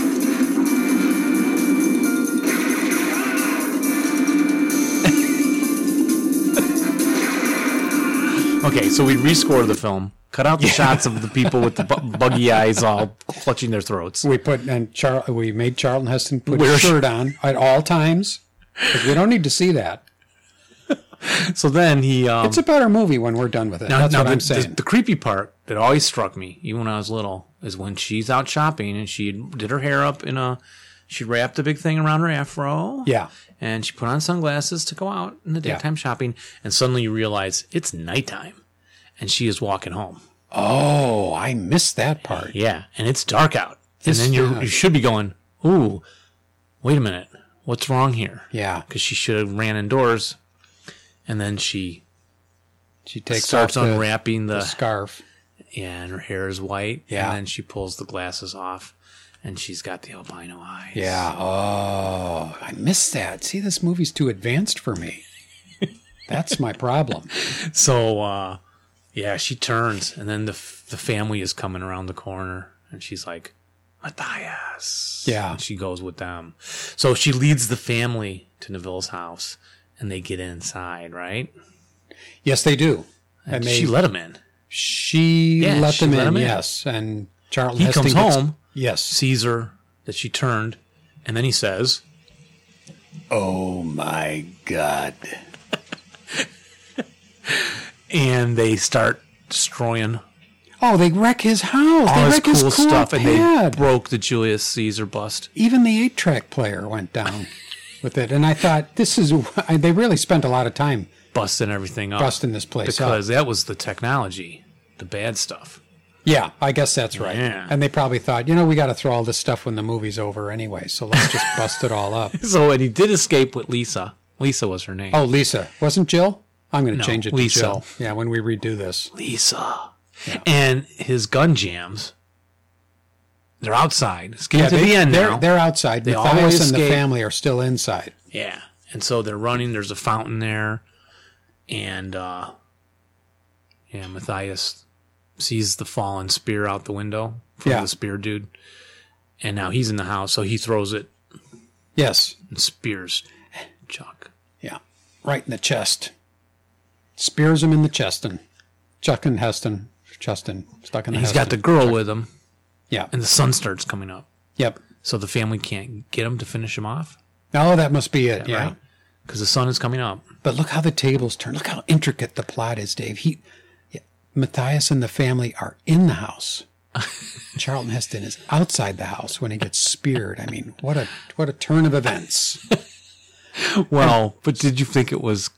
Okay, so we rescore the film, cut out the shots of the people with the bu- buggy eyes all clutching their throats. We put and Char- we made Charlton Heston put Wear a a shirt on at all times. 'cause we don't need to see that. So then he. Um, It's a better movie when we're done with it. That's what the, I'm the- saying. The, creepy part that always struck me, even when I was little, is when she's out shopping and she did her hair up in a. She wrapped a big thing around her afro. yeah. And she put on sunglasses to go out in the Yeah. daytime shopping. And suddenly you realize it's nighttime and she is walking home. Oh, I missed that part. Yeah, and it's dark out. It's and then you're, dark. you should be going, ooh, wait a minute. What's wrong here? Yeah. because she should have ran indoors, and then she She takes starts off the, unwrapping the, the scarf. yeah, and her hair is white. Yeah. and then she pulls the glasses off, and she's got the albino eyes. Yeah. Oh, I missed that. See, this movie's too advanced for me. That's my problem. So, uh, yeah, she turns, and then the f- the family is coming around the corner, and she's like, Matthias. Yeah. And she goes with them. So she leads the family to Neville's house and they get inside, right? Yes, they do. And And they, she let him in. she Yeah, let she them let in, him in. Yes, and Charlton He Heston comes gets- home, Yes, sees her, that she turned, and then he says, Oh my god. and they start destroying Oh, they wreck his house. all they his wreck cool, his stuff, and they pad. broke the Julius Caesar bust. Even the eight-track player went down with it, and I thought this is. I- They really spent a lot of time busting everything up. busting this place up. because that was the technology, the bad stuff. Yeah, I guess that's right. Yeah. And they probably thought, you know, we got to throw all this stuff when the movie's over anyway, so let's just bust it all up. So and he did escape with Lisa. Lisa was her name. Oh, Lisa wasn't Jill. I'm going to No, change it Lisa. to Jill. Yeah, when we redo this. Lisa. And his gun jams. They're outside. It's getting Yeah, to they, the end they're, now. they're outside. They Matthias always and the escape. family are still inside. yeah. And so they're running. There's a fountain there, and uh, yeah, Matthias sees the fallen spear out the window from Yeah. the spear dude, and now he's in the house. So he throws it Yes. and spears Chuck. Yeah. Right in the chest. Spears him in the chest and Chuck and Heston. Cheston stuck in the He's got the Heston. girl with him, Yeah. and the sun starts coming up. Yep. So the family can't get him to finish him off, Oh, that must be it. Yeah. right? Because the sun is coming up. But look how the tables turn. Look how intricate the plot is, Dave. He, yeah, Matthias and the family are in the house. Charlton Heston is outside the house when he gets speared. I mean, what a what a turn of events. Well, but did you think it was?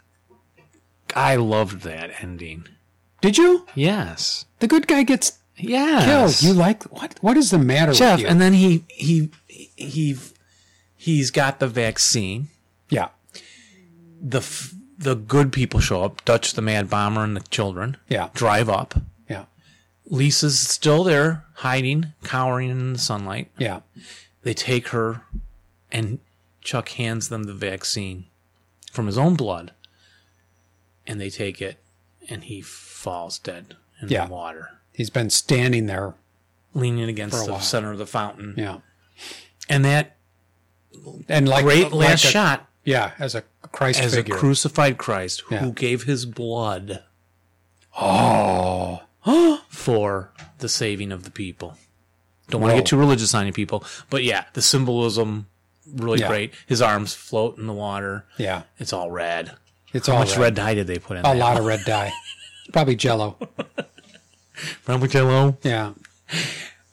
I loved that ending. Did you? Yes, The good guy gets killed. yes. You like what? What is the matter Jeff, with you? and then he he he he's got the vaccine. yeah, The f- the good people show up. Dutch, the Mad Bomber, and the children. Yeah. drive up. yeah, Lisa's still there, hiding, cowering in the sunlight. yeah, They take her, and Chuck hands them the vaccine from his own blood, and they take it, and he falls dead in Yeah. the water, he's been standing there. leaning For against a the while. center of the fountain. Yeah, And that and like great like last a- shot Yeah, as a Christ as figure. a crucified Christ who Yeah. gave his blood oh, for the saving of the people. Don't want to Whoa. get too religious on you people, but yeah, the symbolism really Yeah. great. His arms float in the water. yeah, It's all red. it's How all Oh. much red dye did they put in? A that? lot of red dye, probably Jello. Remember Jello? Yeah,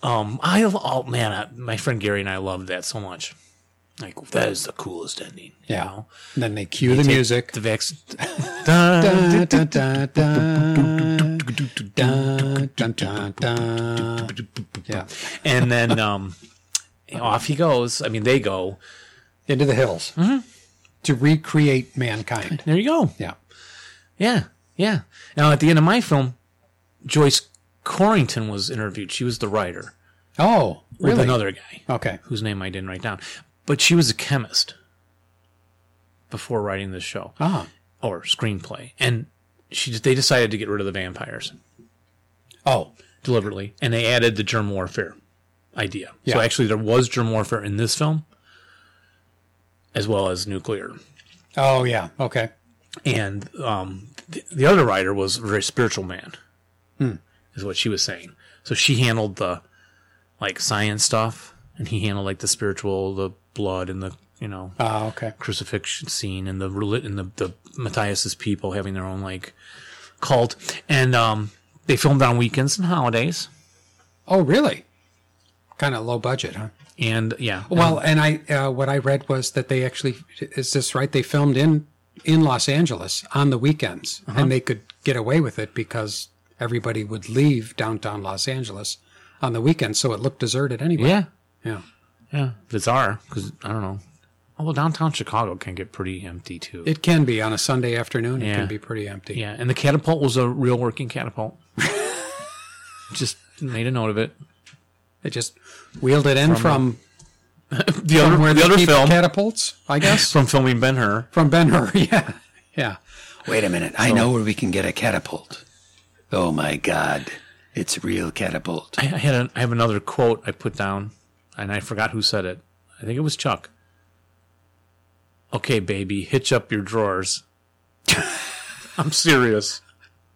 Um, I oh man, I, my friend Gary and I loved that so much. Like that is the coolest ending. you Yeah. know? and then they cue the Take music. The Vex. Dun, dun, dun, dun. Dun, dun, dun, dun. Yeah, and then um, off he goes. I mean, they go. into the hills to recreate mankind. There you go. Yeah, Yeah, yeah. Now at the end of my film, Joyce Corrington was interviewed. She was the writer oh, really? with another guy Okay, whose name I didn't write down, but she was a chemist before writing this show. ah, or screenplay, and she they decided to get rid of the vampires oh, deliberately, and they added the germ warfare idea. So Yeah. actually, there was germ warfare in this film, as well as nuclear. oh, yeah, okay, And um, the, the other writer was a very spiritual man, is what she was saying. So she handled the like science stuff, and he handled like the spiritual, the blood, and the you know ah, okay, crucifixion scene and the reli- and the, the Matthias's people having their own like cult and um they filmed on weekends and holidays oh, really? Kind of low budget, huh? and yeah Well, and I uh, what I read was that they actually is this right? They filmed in in Los Angeles on the weekends, Uh-huh. and they could get away with it because everybody would leave downtown Los Angeles on the weekends, so it looked deserted anyway. yeah Yeah. yeah bizarre because I don't know although downtown Chicago can get pretty empty too It can be on a Sunday afternoon. It Yeah. can be pretty empty. yeah and the catapult was a real working catapult just made a note of it They just wheeled it in from, the other where the they other keep film catapults, I guess, from filming Ben Hur from Ben Hur. Yeah, yeah. Wait a minute. I know where we can get a catapult. Oh my god. It's a real catapult. I I had an, I have another quote I put down and I forgot who said it. I think it was Chuck. Okay, baby, hitch up your drawers. I'm serious.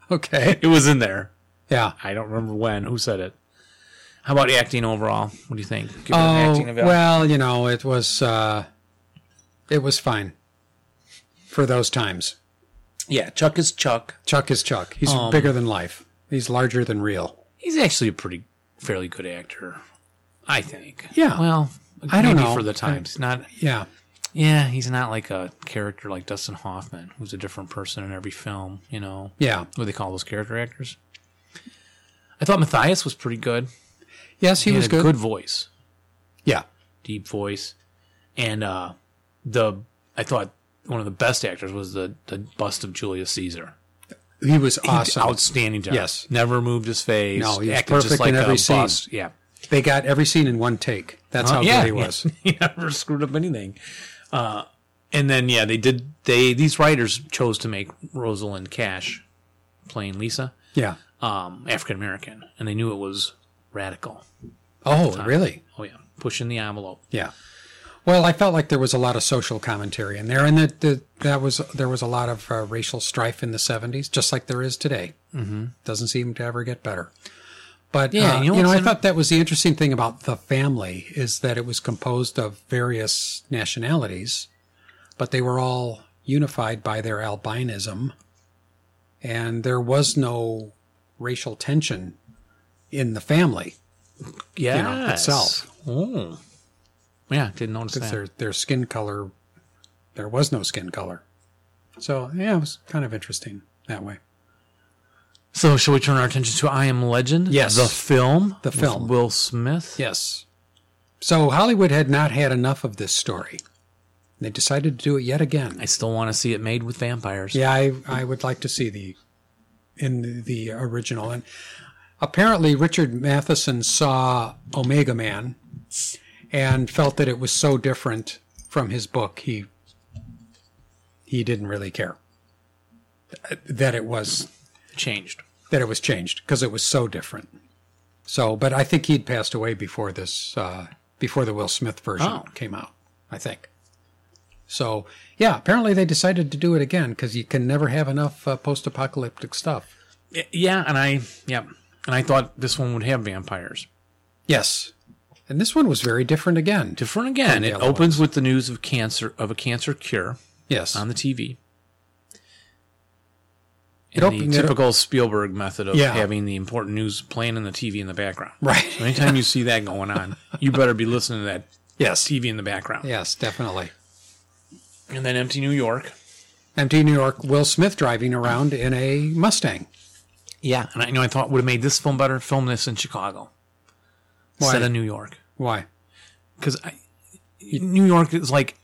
Okay. It was in there. Yeah. I don't remember when. Who said it? How about acting overall? What do you think? Give it an Oh, acting eval. well, you know, it was uh it was fine for those times. yeah, Chuck is Chuck. Chuck is Chuck. He's Um, bigger than life. He's larger than real. He's actually a pretty, fairly good actor, I think. Yeah. Well, I don't maybe know. for the times. Not. Yeah. Yeah, he's not like a character like Dustin Hoffman, who's a different person in every film. You know Yeah. what do they call those character actors? I thought Matthias was pretty good. Yes, he, He, was had good. a good voice. Yeah. deep voice, and uh, the I thought one of the best actors was the the bust of Julius Caesar. He was awesome. Outstanding job. Yes. never moved his face. No, he was acted just perfect like in every a scene. bust. Yeah, They got every scene in one take. That's Uh, how yeah, good he was. yeah. he never screwed up anything. Uh, and then yeah, they did. They these writers chose to make Rosalind Cash playing Lisa Yeah. um, African American, and they knew it was radical. Oh, really? Oh yeah, pushing the envelope. Yeah. Well, I felt like there was a lot of social commentary in there, and that that, that was there was a lot of uh, racial strife in the '70s, just like there is today. Mm-hmm. Doesn't seem to ever get better. But Yeah, uh, you you know know, what's I in- thought that was the interesting thing about the family is that it was composed of various nationalities, but they were all unified by their albinism, and there was no racial tension in the family. Yeah, know, itself. Oh. Yeah, didn't notice that. their their skin color there was no skin color so yeah it was kind of interesting that way So, shall we turn our attention to I Am Legend? Yes. The film? The with film. Will Smith? yes so hollywood had not had enough of this story they decided to do it yet again I still want to see it made with vampires. yeah i i would like to see the in the, the original and apparently richard matheson saw omega man and felt that it was so different from his book he he didn't really care uh, that it was Changed. that it was changed because it was so different. So, but I think he'd passed away before this, uh, before the Will Smith version Oh. came out. I think. So, yeah, apparently they decided to do it again because you can never have enough uh, post-apocalyptic stuff. Y- Yeah, and I, yeah. And I thought this one would have vampires. Yes, and this one was very different again. Different again. the It other opens with the news of cancer, of a cancer cure Yes, on the TV. It In opened- the it- typical Spielberg method of Yeah. having the important news playing on the TV in the background. So right. anytime you see that going on, you better be listening to that Yes, TV in the background. yes, definitely. And then Empty New York. Empty New York. Will Smith driving around in a Mustang. Yeah, and I you know I thought would have made this film better. Film this in Chicago Why? instead of New York, Why? because New York is like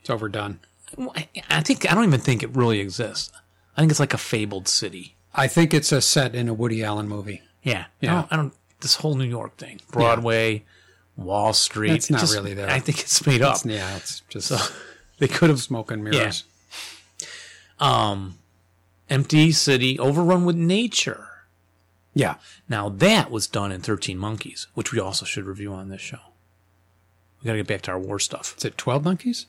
It's overdone. well, I- I think I don't even think it really exists. I think it's like a fabled city. I think it's a set in a Woody Allen movie. Yeah, Yeah. I don't, I don't this whole New York thing, Broadway, Wall Street. It's it not really there. I think it's made up. Yeah, it's just They could have smoke and mirrors. um, empty city overrun with nature. Yeah. Now that was done in Thirteen Monkeys, which we also should review on this show. We got to get back to our war stuff. Is it 12 Monkeys?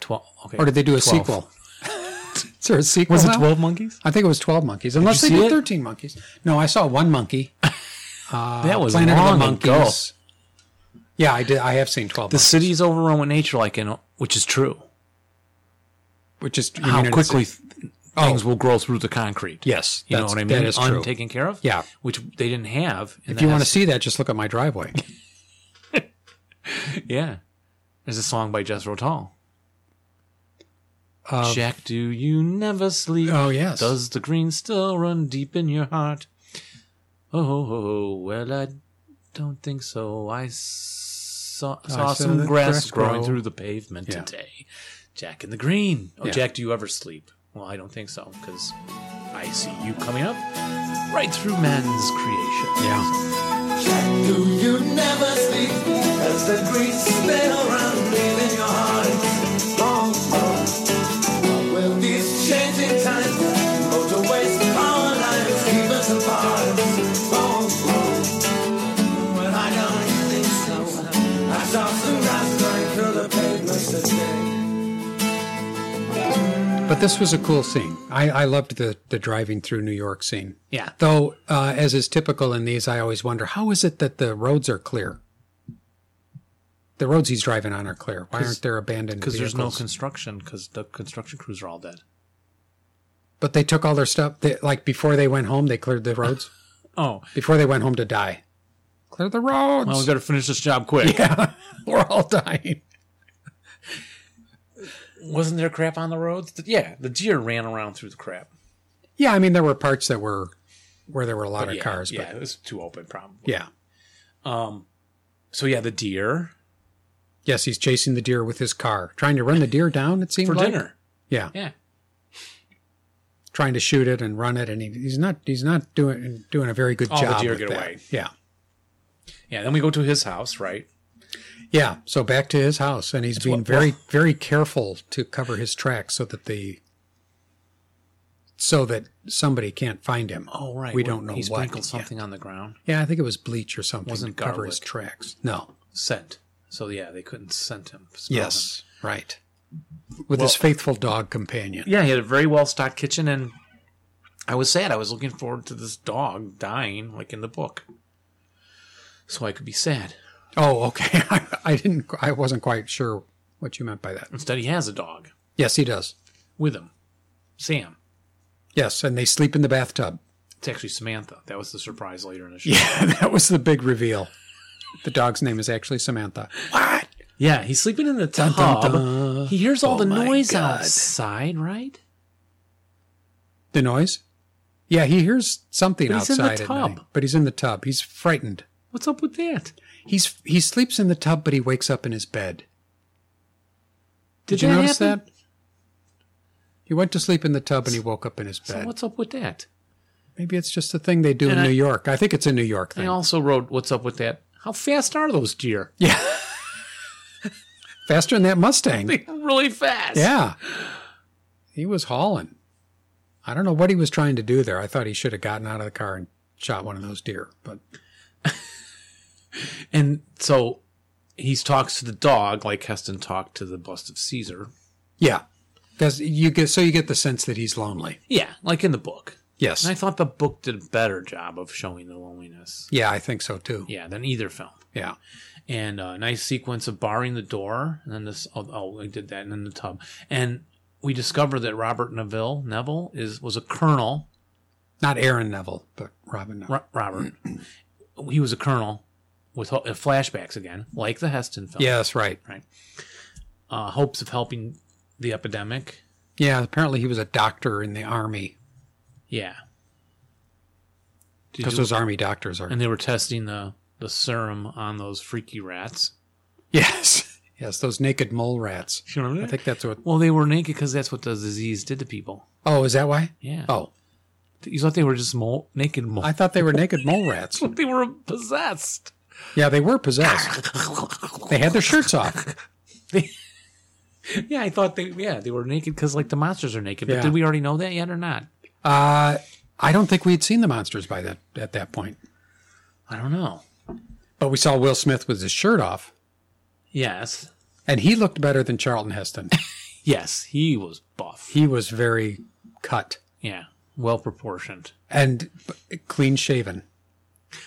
12. Okay. Or did they do a 12. sequel? Is there a sequel? now? monkeys? I think it was 12 Monkeys. Unless they see did it? 13 Monkeys. No, I saw one monkey. that was Uh, Planet long of the ago. Monkeys. Yeah, I did. I have seen 12 The Monkeys. city is overrun with nature, like in which is true. Which is you How mean it's- quickly th- things will grow through the concrete. Yes. you know Oh. that's- what I mean. That is true. Untaken care of. Yeah. which they didn't have. If you want to see that, just look at my driveway. yeah, there's a song by Jethro Tull. Uh, Jack, do you never sleep? oh, yes. Does the green still run deep in your heart? Oh, oh, oh, well, I don't think so. I saw, saw saw some the grass grass growing grow. through the pavement Yeah. today. Jack in the green. Oh, Yeah. Jack, do you ever sleep? Well, I don't think so, because I see you coming up right through man's creation. yeah. Do you never sleep? Does the grease spell around in your heart? Oh, oh. What will these changing times, motorways, power lines keep us apart? Oh, oh. Well, I don't think so. but this was a cool scene. I, I loved the, the driving through New York scene. Yeah. Though, uh, as is typical in these, I always wonder how is it that the roads are clear? The roads he's driving on are clear. Why aren't there abandoned? Because there's no vehicles? construction because the construction crews are all dead. But they took all their stuff. They, like before they went home, they cleared the roads. Oh, before they went home to die, clear the roads. well, we better finish this job quick. We're all dying. Wasn't there crap on the roads? Th- Yeah, the deer ran around through the crap. Yeah, I mean there were parts that were where there were a lot of yeah, cars, yeah, but it was too open probably. yeah. So yeah, the deer Yes, he's chasing the deer with his car, trying to run the deer down. It seems for like. dinner. Yeah, Yeah, trying to shoot it and run it, and he, he's not he's not doing doing a very good All the job. deer with get that. away. Yeah, yeah. Then we go to his house, right? yeah. So back to his house, and he's being very very careful to cover his tracks so that the so that somebody can't find him. Oh, right. We Well, don't know He what. sprinkled Yeah. something on the ground. Yeah, I think it was bleach or something. Wasn't to cover his garlic. tracks. No. Scent. So yeah, they couldn't scent him. smell him. Yes. Right. With his faithful dog companion. Yeah, he had a very well stocked kitchen, and I was sad. I was looking forward to this dog dying, like in the book, so I could be sad. Oh, okay. I, I didn't. I wasn't quite sure what you meant by that. Instead, he has a dog Yes, he does. with him, Sam. Yes, and they sleep in the bathtub. It's actually Samantha. That was the surprise later in the show. Yeah, that was the big reveal. The dog's name is actually Samantha. What? Yeah, he's sleeping in the tub. dun, He hears all the my noise God. outside, right? The noise? Yeah, he hears something But he's in the outside. at tub. night, but he's in the tub. He's frightened. What's up with that? He's he sleeps in the tub, but he wakes up in his bed. Did, you that notice happen? that? He went to sleep in the tub and he woke up in his So bed. what's up with that? Maybe it's just a thing they do in And I- New York. I think it's a New York I thing. also wrote, "What's up with that? How fast are those deer? yeah. Faster than that Mustang. They're really fast." Yeah. He was hauling. I don't know what he was trying to do there. I thought he should have gotten out of the car and shot one of those deer. But And so he talks to the dog like Heston talked to the bust of Caesar. yeah. Because you get so you get the sense that he's lonely. Yeah, like in the book. Yes. And I thought the book did a better job of showing the loneliness. yeah, I think so too. Yeah, than either film. Yeah. And a nice sequence of barring the door, and then this. Oh, oh I did that, and then the tub. And we discover that Robert Neville Neville is was a colonel. Not Aaron Neville, but Robin Neville. Ro- Robert, he was a colonel with ho- uh, flashbacks again, like the Heston film. Yes, right. Uh, hopes of helping the epidemic. Yeah, apparently he was a doctor in the army Yeah. Did because you- those army doctors are. and they were testing the the serum on those freaky rats. yes, yes, those naked mole rats. You remember I that? think that's what. Well, they were naked because that's what the disease did to people. Oh, is that why? Yeah. Oh, you thought they were just mole, naked mole? I thought they were naked mole rats. they were possessed. Yeah, they were possessed. They had their shirts off. Yeah, I thought they. Yeah, they were naked because like the monsters are naked. Yeah. But did we already know that yet or not? Uh, I don't think we had seen the monsters by that at that point. I don't know. But we saw Will Smith with his shirt off, Yes. and he looked better than Charlton Heston. Yes, he was buff. He was very cut Yeah, well proportioned. and clean shaven.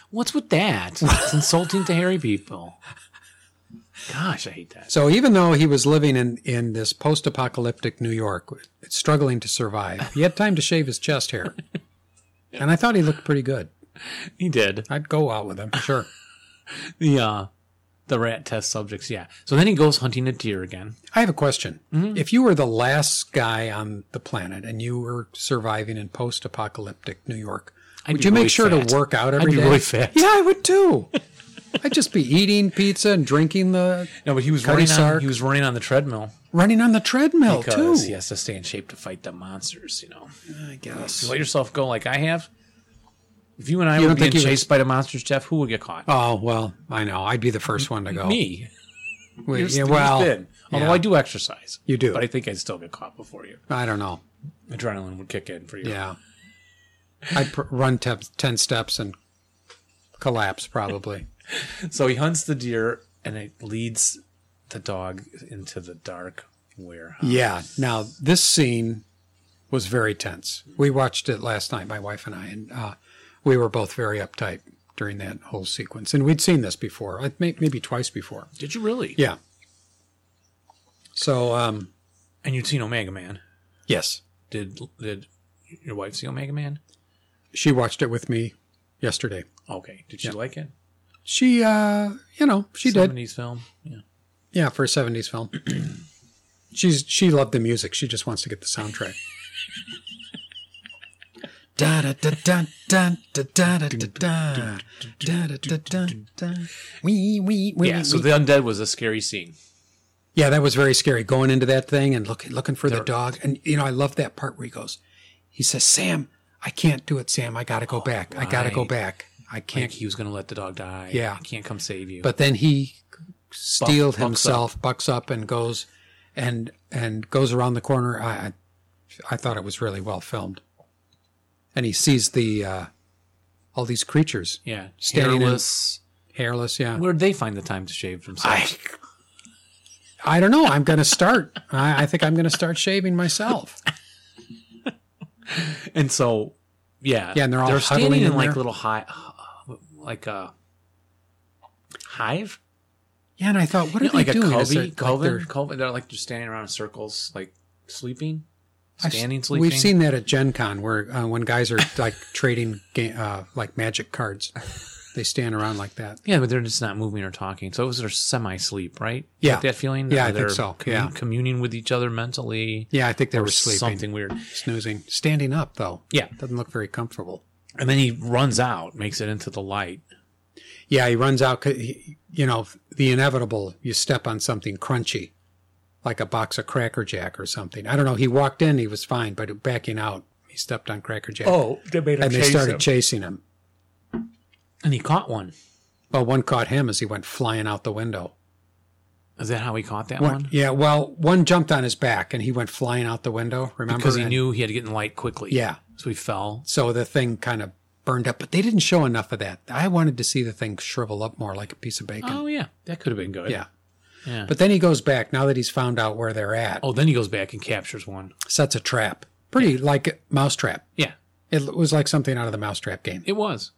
What's with that? It's insulting to hairy people. Gosh, I hate that. So even though he was living in, in this post-apocalyptic New York, struggling to survive, he had time to shave his chest hair. And I thought he looked pretty good. He did. I'd go out with him, sure. the uh, the rat test subjects. Yeah. So then he goes hunting a deer again. I have a question. Mm-hmm. If you were the last guy on the planet and you were surviving in post-apocalyptic New York, I'd would be you make really sure fat. to work out every be day? really fat. Yeah, I would too. I'd just be eating pizza and drinking the No, but he was Cutty running. On, Sark. he was running on the treadmill running on the treadmill because too. he has to stay in shape to fight the monsters. You know, I guess. let yourself go like I have. If you and I You were don't being think chased you would- by the monsters, Jeff, who would get caught? Oh well, I know. I'd be the first one to go. Me. We- You're- yeah, you're well, thin. although yeah. I do exercise, You do. but I think I'd still get caught before you. I don't know. Adrenaline would kick in for you. Yeah. I'd pr- run te- 10 steps and collapse probably. So he hunts the deer, and it leads the dog into the dark warehouse. yeah. Now, this scene was very tense. We watched it last night, my wife and I, and uh, we were both very uptight during that whole sequence. And we'd seen this before, I think maybe twice before. Did you really? Yeah. So, um, And you'd seen Omega Man. yes, Did did your wife see Omega Man? she watched it with me yesterday. Okay. Did she Yeah. like it? She, uh, you know, she did. 70s film. Yeah. Yeah, for a seventies film. She's she loved the music. She just wants to get the soundtrack. Da da da da da da da da da da da da da da da. Wee wee wee. Yeah. wee, So wee. the undead was a scary scene. Yeah, that was very scary going into that thing and looking looking for the dog. And you know, I love that part where he goes. He says, "Sam, I can't do it, Sam. I got to go back. I got to go Oh, right. back. I Like can't." he was going to let the dog die. Yeah. I can't come save you. but then he steeled bucks himself, bucks up, and goes and and goes around the corner. I I, I thought it was really well filmed. And he sees the uh, all these creatures, yeah. Standing in- Hairless. hairless. Yeah, Where'd they find the time to shave themselves? I I don't know. I'm going to start. I, I think I'm going to start shaving myself. And so, yeah, Yeah, and they're all they're huddling standing in, in like there. little hi, uh, like a hive, Yeah, and I thought, what are You know, they like doing? a Is covey, it like coven, they're- coven. They're like just standing around in circles, like sleeping, I've- standing, sleeping. We've seen that at Gen Con where uh, when guys are like trading ga- uh, like magic cards, they stand around like that. yeah, but they're just not moving or talking. So it was their semi-sleep, right? Yeah. Like that feeling. Yeah, Or I think they're so, yeah. communing with each other mentally. Yeah, I think they or were sleeping, something weird. snoozing, standing up though. Yeah, doesn't look very comfortable. and then he runs out, makes it into the light. Yeah, he runs out. 'cause he- You know, the inevitable. You step on something crunchy, like a box of Cracker Jack or something. I don't know. He walked in, he was fine, but backing out, he stepped on Cracker Jack. they made and Oh, they started chasing him. and he caught one. Well, one caught him as he went flying out the window. Is that how he caught that One, one? yeah, well, one jumped on his back and he went flying out the window. Remember? Because he And knew he had to get in light quickly. Yeah. So he fell. So the thing kind of burned up, but they didn't show enough of that. I wanted to see the thing shrivel up more like a piece of bacon. Oh yeah, that could have been good. Yeah. Yeah. But then he goes back now that he's found out where they're at. Oh, then he goes back and captures one. Sets a trap, pretty like a mousetrap. Yeah, It was like something out of the mousetrap game. it was.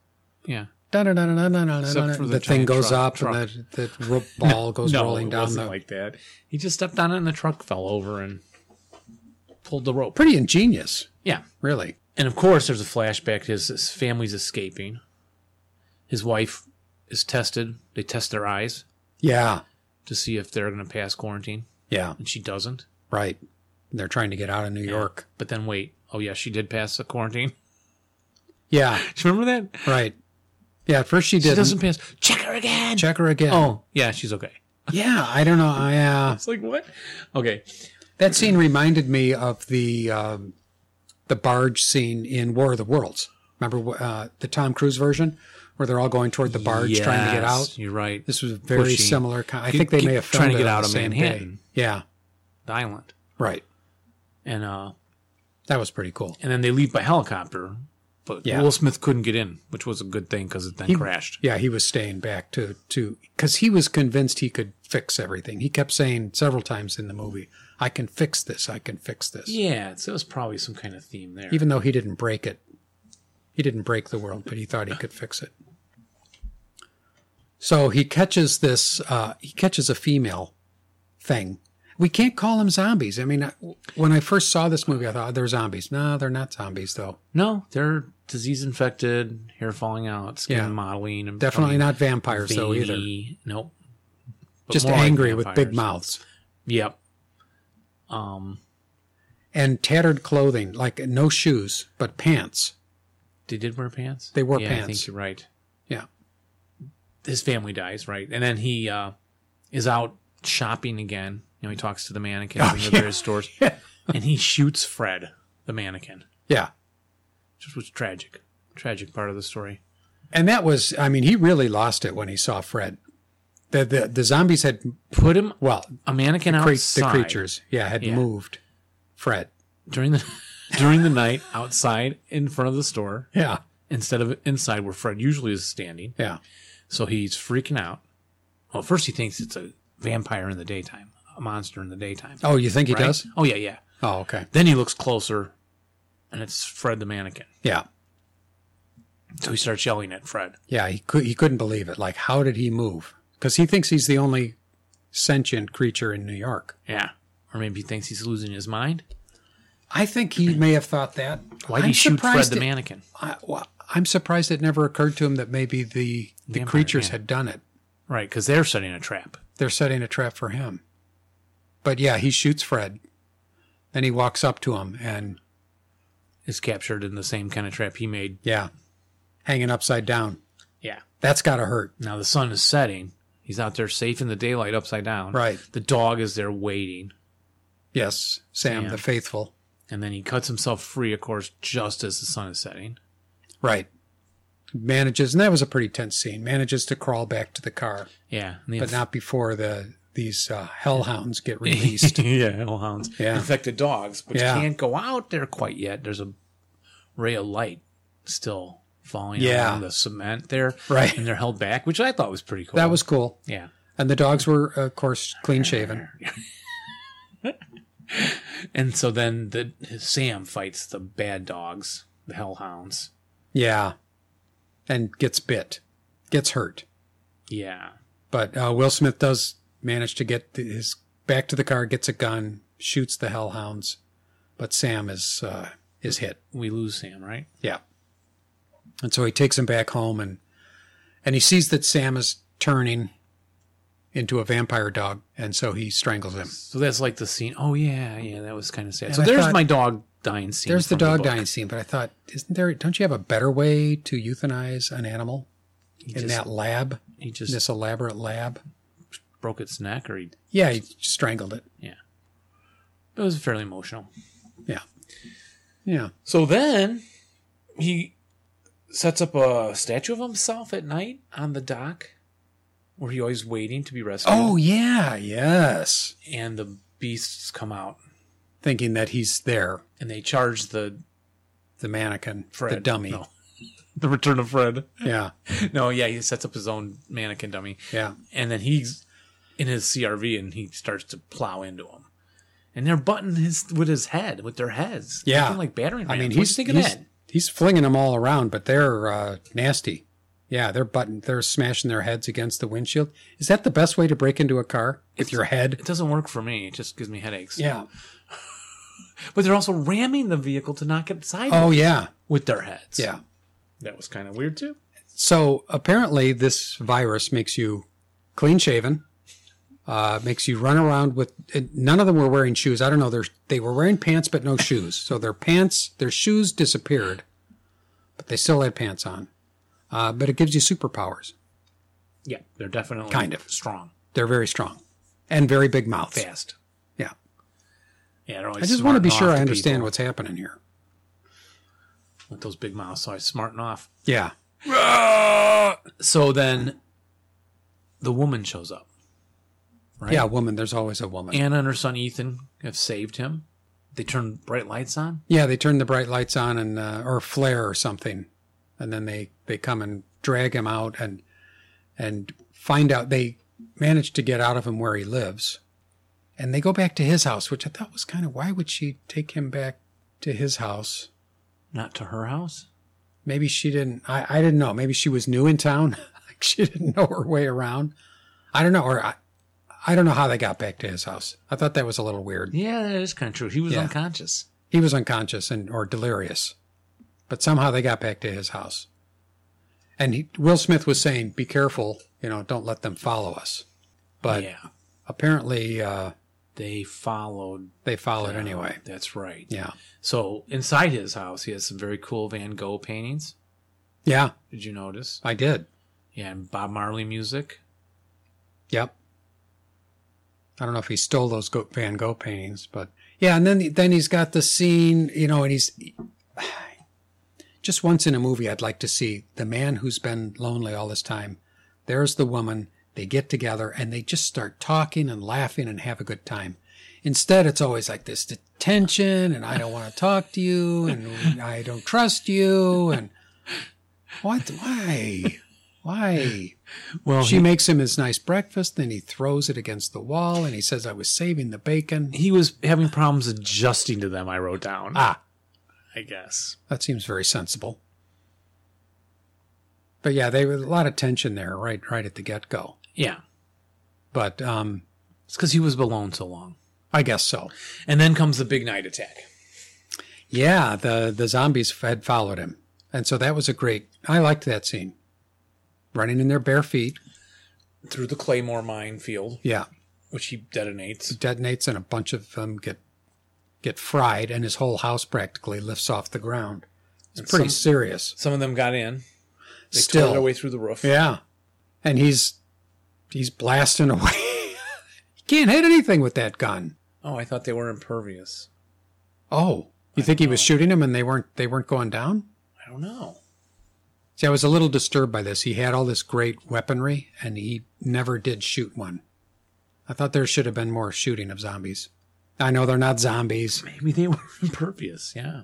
Yeah. Except for The, the the thing giant goes truck- up and the, the ro- ball goes rolling it down wasn't the. like that. He just stepped on it and the truck fell over and pulled the rope. pretty ingenious, Yeah. really. And of course, there's a flashback. to His, his family's escaping. His wife is tested. They test their eyes Yeah. to see if they're going to pass quarantine, Yeah. and she doesn't. Right. They're trying to get out of New York. But then wait. Oh yeah, she did pass the quarantine. Yeah. Do you remember that? Right. Yeah. At first she She didn't. doesn't pass. Check her again. Check her again. Oh yeah, she's okay. yeah. I don't know. I uh, It's like what? Okay. that scene reminded me of the um, the barge scene in War of the Worlds. Remember uh, the Tom Cruise version where they're all going toward the barge trying to get Yes, out. You're right. This was very Pushing. similar. Kind I Get- think they get- may have filmed trying to it get on out the of same Manhattan. day. Yeah. the island. Right. And uh That was pretty cool. and then they leave by helicopter, but Yeah. Will Smith couldn't get in, which was a good thing because it then crashed. Yeah, he was staying back to to because he was convinced he could fix everything. He kept saying several times in the movie, "I can fix this. I can fix this." Yeah, so it was probably some kind of theme there. Even though he didn't break it, he didn't break the world, but he thought he could fix it. So he catches this. Uh, he catches a female thing. We can't call them zombies. I mean, I, when I first saw this movie, I thought "Oh, they're zombies. No, they're not zombies though. no, they're disease infected, hair falling out, skin Yeah. modeling, and Definitely becoming not vampires though either. veiny. Nope. But Just more like angry with big vampires. mouths. Yep. Um. and tattered clothing, like no shoes but pants. They did wear pants. They wore yeah, I pants. think you're right. Yeah. His family dies, right? And then he uh, is out shopping again. You know, he talks to the mannequin Oh, in the various stores, and he shoots Fred, the mannequin, Yeah. which was tragic. Tragic part of the story. And that was, I mean, he really lost it when he saw Fred. The the, the zombies had, Put him well, a mannequin cre- outside the creatures, yeah, had Yeah. moved Fred. during the during the night outside in front of the store Yeah. instead of inside where Fred usually is standing. Yeah. So he's freaking out. Well, first he thinks it's a vampire in the daytime, a monster in the daytime. Oh, you think he right? does? Oh yeah, yeah. Oh, okay. Then he looks closer and it's Fred the mannequin. Yeah. So he starts yelling at Fred. Yeah, he could he couldn't believe it. Like, how did he move? Because he thinks he's the only sentient creature in New York. Yeah. Or maybe he thinks he's losing his mind. I think he may have thought that. Why'd he I'm shoot Fred surprised the it- mannequin? I, well, I'm surprised it never occurred to him that maybe the the Vampire, creatures yeah. had done it. Right, because they're setting a trap. They're setting a trap for him. But yeah, he shoots Fred. Then he walks up to him and Is captured in the same kind of trap he made. yeah, hanging upside down. Yeah. That's gotta hurt. Now the sun is setting. He's out there safe in the daylight, upside down. Right. The dog is there waiting. Yes, Sam, Sam. the faithful. And then he cuts himself free, of course, just as the sun is setting. Right. Manages, and that was a pretty tense scene. Manages to crawl back to the car, Yeah. And the but not before the these uh, hellhounds get released. yeah, hellhounds. Yeah. Infected dogs, which Yeah. can't go out there quite yet. There's a ray of light still falling Yeah. on the cement there. Right. And they're held back, which I thought was pretty cool. that was cool. yeah. And the dogs were, of course, clean shaven. And so then the Sam fights the bad dogs, the hellhounds. Yeah. And gets bit, gets hurt. Yeah. But uh, Will Smith does manage to get th- his back to the car, gets a gun, shoots the hellhounds. But Sam is uh, is hit. We lose Sam, right? Yeah. And so he takes him back home and and he sees that Sam is turning into a vampire dog, and so he strangles him. So that's like the scene. Oh yeah, yeah, that was kind of sad. And so I there's thought- my dog dying scene. There's the from dog book. dying scene, but I thought, isn't there? Don't you have a better way to euthanize an animal He in just, that lab, he just this elaborate lab? broke its neck, or he. Yeah, he strangled it. It was fairly emotional. Yeah. Yeah. So then he sets up a statue of himself at night on the dock, where he always waiting to be rescued. Oh, yeah. Yes. and the beasts come out Thinking that he's there, and they charge the the mannequin, Fred the dummy. No. the return of Fred. Yeah. No, yeah, he sets up his own mannequin dummy, Yeah. and then he's in his CRV and he starts to plow into him. And they're butting his with his head, with their heads. Yeah. Looking like battering rams. I mean, What do you he's think of he's, that? he's flinging them all around, but they're uh, nasty. Yeah, they're button. They're smashing their heads against the windshield. Is that the best way to break into a car with your head? It doesn't work for me. It just gives me headaches. Yeah. But they're also ramming the vehicle to knock it sideways Oh yeah. with their heads. Yeah. That was kind of weird too. So apparently, this virus makes you clean shaven. Uh, makes you run around with and none of them were wearing shoes. I don't know. They're, they were wearing pants, but no shoes. So their pants, their shoes disappeared, but they still had pants on. Uh, but it gives you superpowers. Yeah. They're definitely Kind of. strong, They're very strong and very big mouths. fast. Yeah. Yeah. They're always I just want to be smarting sure off I understand people what's happening here. with those big mouths. So I smarten off. Yeah. Ah! So then the woman shows up. Right? Yeah, woman. There's always a woman. Anna and her son Ethan have saved him. They turn bright lights on. yeah, they turn the bright lights on and uh, or flare or something, and then they they come and drag him out and and find out they manage to get out of him where he lives, and they go back to his house, which I thought was kind of why would she take him back to his house? Not to her house. Maybe she didn't. I I didn't know. Maybe she was new in town. Like, she didn't know her way around. I don't know. Or I I don't know how they got back to his house. I thought that was a little weird. Yeah, that is kind of true. He was Yeah. unconscious. He was unconscious and or delirious, but somehow they got back to his house. And he, Will Smith was saying, "Be careful, you know, don't let them follow us." But yeah, apparently, uh, they followed. they followed anyway. That's right. Yeah, So inside his house, he has some very cool Van Gogh paintings. yeah, Did you notice? I did. Yeah, and Bob Marley music. Yep. I don't know if he stole those Go- Van Gogh paintings, but yeah. And then then he's got the scene, you know, and he's just once in a movie I'd like to see the man who's been lonely all this time. There's the woman. They get together and they just start talking and laughing and have a good time. Instead, it's always like this tension, and I don't want to talk to you, and I don't trust you, and what? Why? Why? Well, She makes him his nice breakfast, then he throws it against the wall and he says, I was saving the bacon. he was having problems adjusting to them. I wrote down. Ah, I guess. That seems very sensible. But yeah, they was a lot of tension there, right, right at the get go. Yeah. But um, It's because he was alone so long. I guess so. And then comes the big night attack. Yeah, the the zombies had followed him, and so that was a great. I liked that scene, running in their bare feet. Through the Claymore minefield, Yeah, which he detonates. detonates, and a bunch of them get get fried, and his whole house practically lifts off the ground. It's pretty some- serious. Some of them got in. They tore Still, their way through the roof. yeah, and he's he's blasting away. he can't hit anything with that gun. Oh, I thought they were impervious. Oh, you think he was shooting them, and they weren't they weren't going down? I don't know. See, I was a little disturbed by this. He had all this great weaponry, and he never did shoot one. I thought there should have been more shooting of zombies. I know they're not zombies. Maybe they were impervious. Yeah.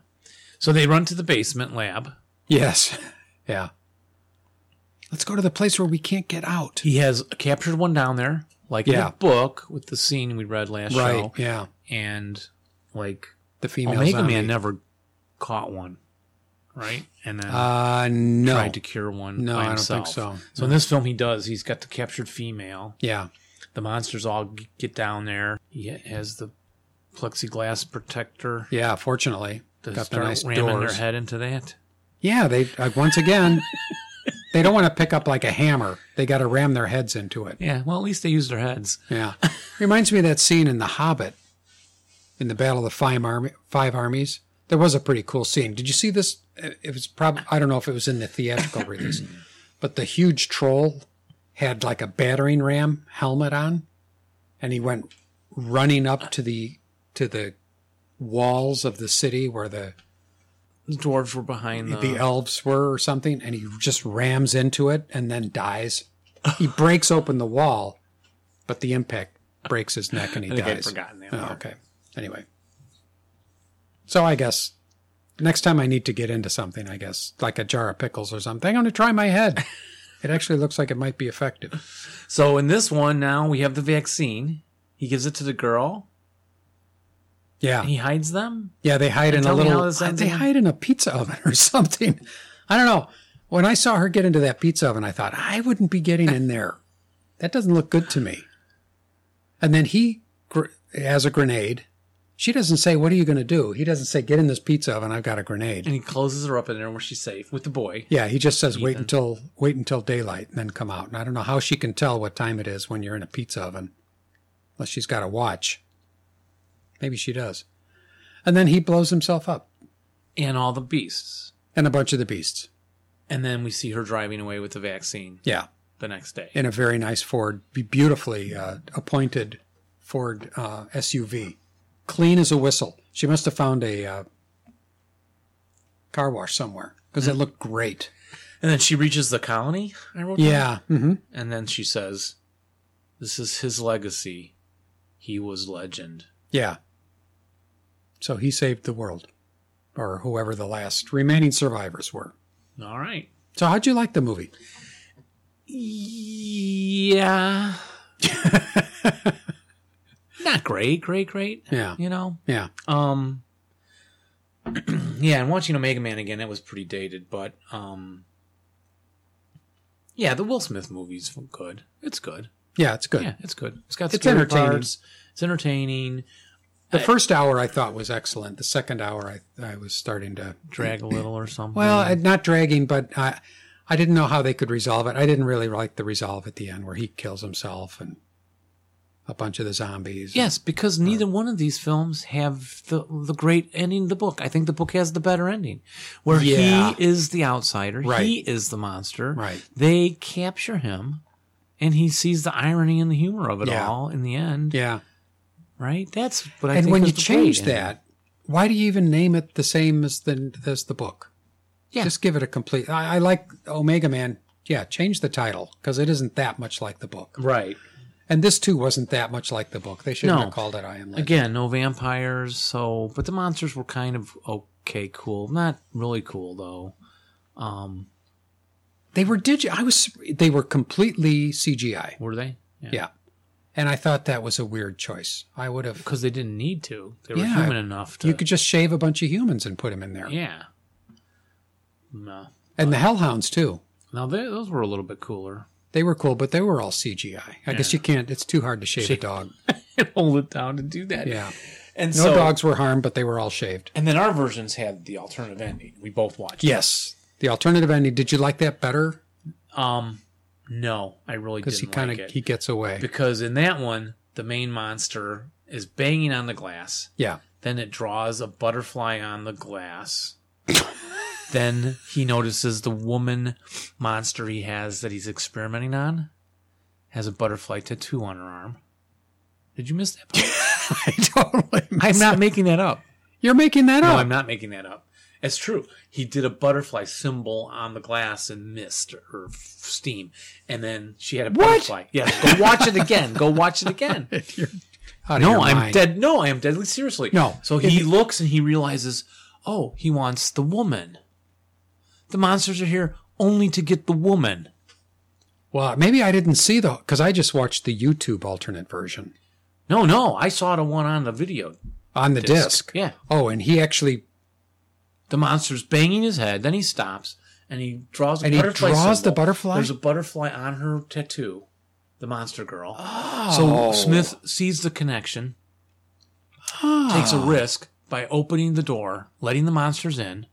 So they run to the basement lab. Yes. Yeah. Let's go to the place where we can't get out. He has captured one down there, like in Yeah. the book with the scene we read last Right. show. Yeah. And like The female Omega zombie. Man never caught one, right? And then uh, no. tried to cure one. No, by I don't think himself. so. So in this film, he does. He's got the captured female. Yeah. The monsters all g- get down there. He ha- has the plexiglass protector. Yeah. Fortunately, to got the start nice ramming doors. their head into that. Yeah. They uh, once again, they don't want to pick up like a hammer. They got to ram their heads into it. Yeah. Well, at least they use their heads. Yeah. Reminds me of that scene in The Hobbit in the Battle of the Five, Army, Five Armies. There was a pretty cool scene. Did you see this? It was probably, I don't know if it was in the theatrical release, but the huge troll had like a battering ram helmet on and he went running up to the to the walls of the city where the The dwarves were behind the. the elves were or something and he just rams into it and then dies he breaks open the wall but the impact breaks his neck and he I think I'd dies forgotten that. Oh, part. okay. Anyway. So I guess next time I need to get into something, I guess, like a jar of pickles or something, I'm going to try my head. it actually looks like it might be effective. So in this one now we have the vaccine. He gives it to the girl. Yeah. He hides them. Yeah, they hide in a tell me little how this ends they again. hide in a pizza oven or something. I don't know. When I saw her get into that pizza oven, I thought, I wouldn't be getting in there. That doesn't look good to me. And then he gr- has a grenade. She doesn't say, What are you going to do? He doesn't say, Get in this pizza oven. I've got a grenade. And he closes her up in there where she's safe with the boy. Yeah, he just says wait until wait until daylight and then come out. And I don't know how she can tell what time it is when you're in a pizza oven, unless she's got a watch. Maybe she does. And then he blows himself up And all the beasts. and a bunch of the beasts. And then we see her driving away with the vaccine Yeah, the next day. in a very nice Ford, be- beautifully uh, appointed Ford uh, SUV, clean as a whistle. She must have found a uh, car wash somewhere because it looked great. And then she reaches the colony. I wrote down. Yeah, hmm And then she says, "This is his legacy. He was legend." Yeah. So he saved the world, or whoever the last remaining survivors were. All right. So how'd you like the movie? Yeah. Not great, great, great. Yeah. You know, Yeah. Um, yeah, and watching Omega Man again, that was pretty dated, but um, yeah, the Will Smith movie's good. It's good. Yeah, it's good. Yeah, it's good. It's got It's scary entertaining. parts. It's entertaining. The first hour I thought was excellent. The second hour I, I was starting to Drag a little or something. well, I- not dragging, but I I didn't know how they could resolve it. I didn't really like the resolve at the end where he kills himself and a bunch of the zombies. yes, because neither one of these films have the the great ending. Of the book, I think, the book has the better ending, where Yeah. he is the outsider. He Right. is the monster. Right. They capture him, and he sees the irony and the humor of it Yeah. all in the end. Yeah. right? That's what I and think when was you the change great ending. that, why do you even name it the same as the as the book? Yeah. Just give it a complete. I, I like Omega Man. Yeah, change the title because it isn't that much like the book. right? And this too wasn't that much like the book. They shouldn't No. have called it I Am Legend. Again, no vampires. So, but the monsters were kind of okay, cool. Not really cool though. Um, They were digi. I was. They were completely CGI. were they? Yeah. Yeah. And I thought that was a weird choice. I would have. because they didn't need to. They were Yeah. human enough to. You could just shave a bunch of humans and put them in there. yeah. No. And the Hellhounds, too. Now they, those were a little bit cooler. They were cool, but they were all CGI. I guess you can't, it's too hard to shave a dog. Hold it down to do that. Yeah. And No so, dogs were harmed, but they were all shaved. And then our versions had the alternative ending. We both watched. it. Yes. The alternative ending, did you like that better? Um. No, I really didn't Because he kind of like it. he gets away. because in that one, the main monster is banging on the glass. yeah. Then it draws a butterfly on the glass. then he notices the woman monster he has that he's experimenting on has a butterfly tattoo on her arm. Did you miss that? part? I totally. I'm not making that up. You're making that No, up. I'm not making that up. It's true. He did a butterfly symbol on the glass in mist or f- steam, and then she had a butterfly. Yeah, go watch it again. Go watch it again. Out of No, your I'm mind. dead. No, I am deadly seriously. No. So he looks and he realizes, oh, he wants the woman. The monsters are here only to get the woman. Well, maybe I didn't see the because I just watched the YouTube alternate version No, no, I saw the one on the video. on the Disc, disc. yeah. Oh, and he actually The monster's banging his head. Then he stops and he draws. A And he butterfly draws the symbol. butterfly? There's a butterfly on her tattoo. The monster girl. Oh. So Smith sees the connection, takes a risk by opening the door, letting the monsters in.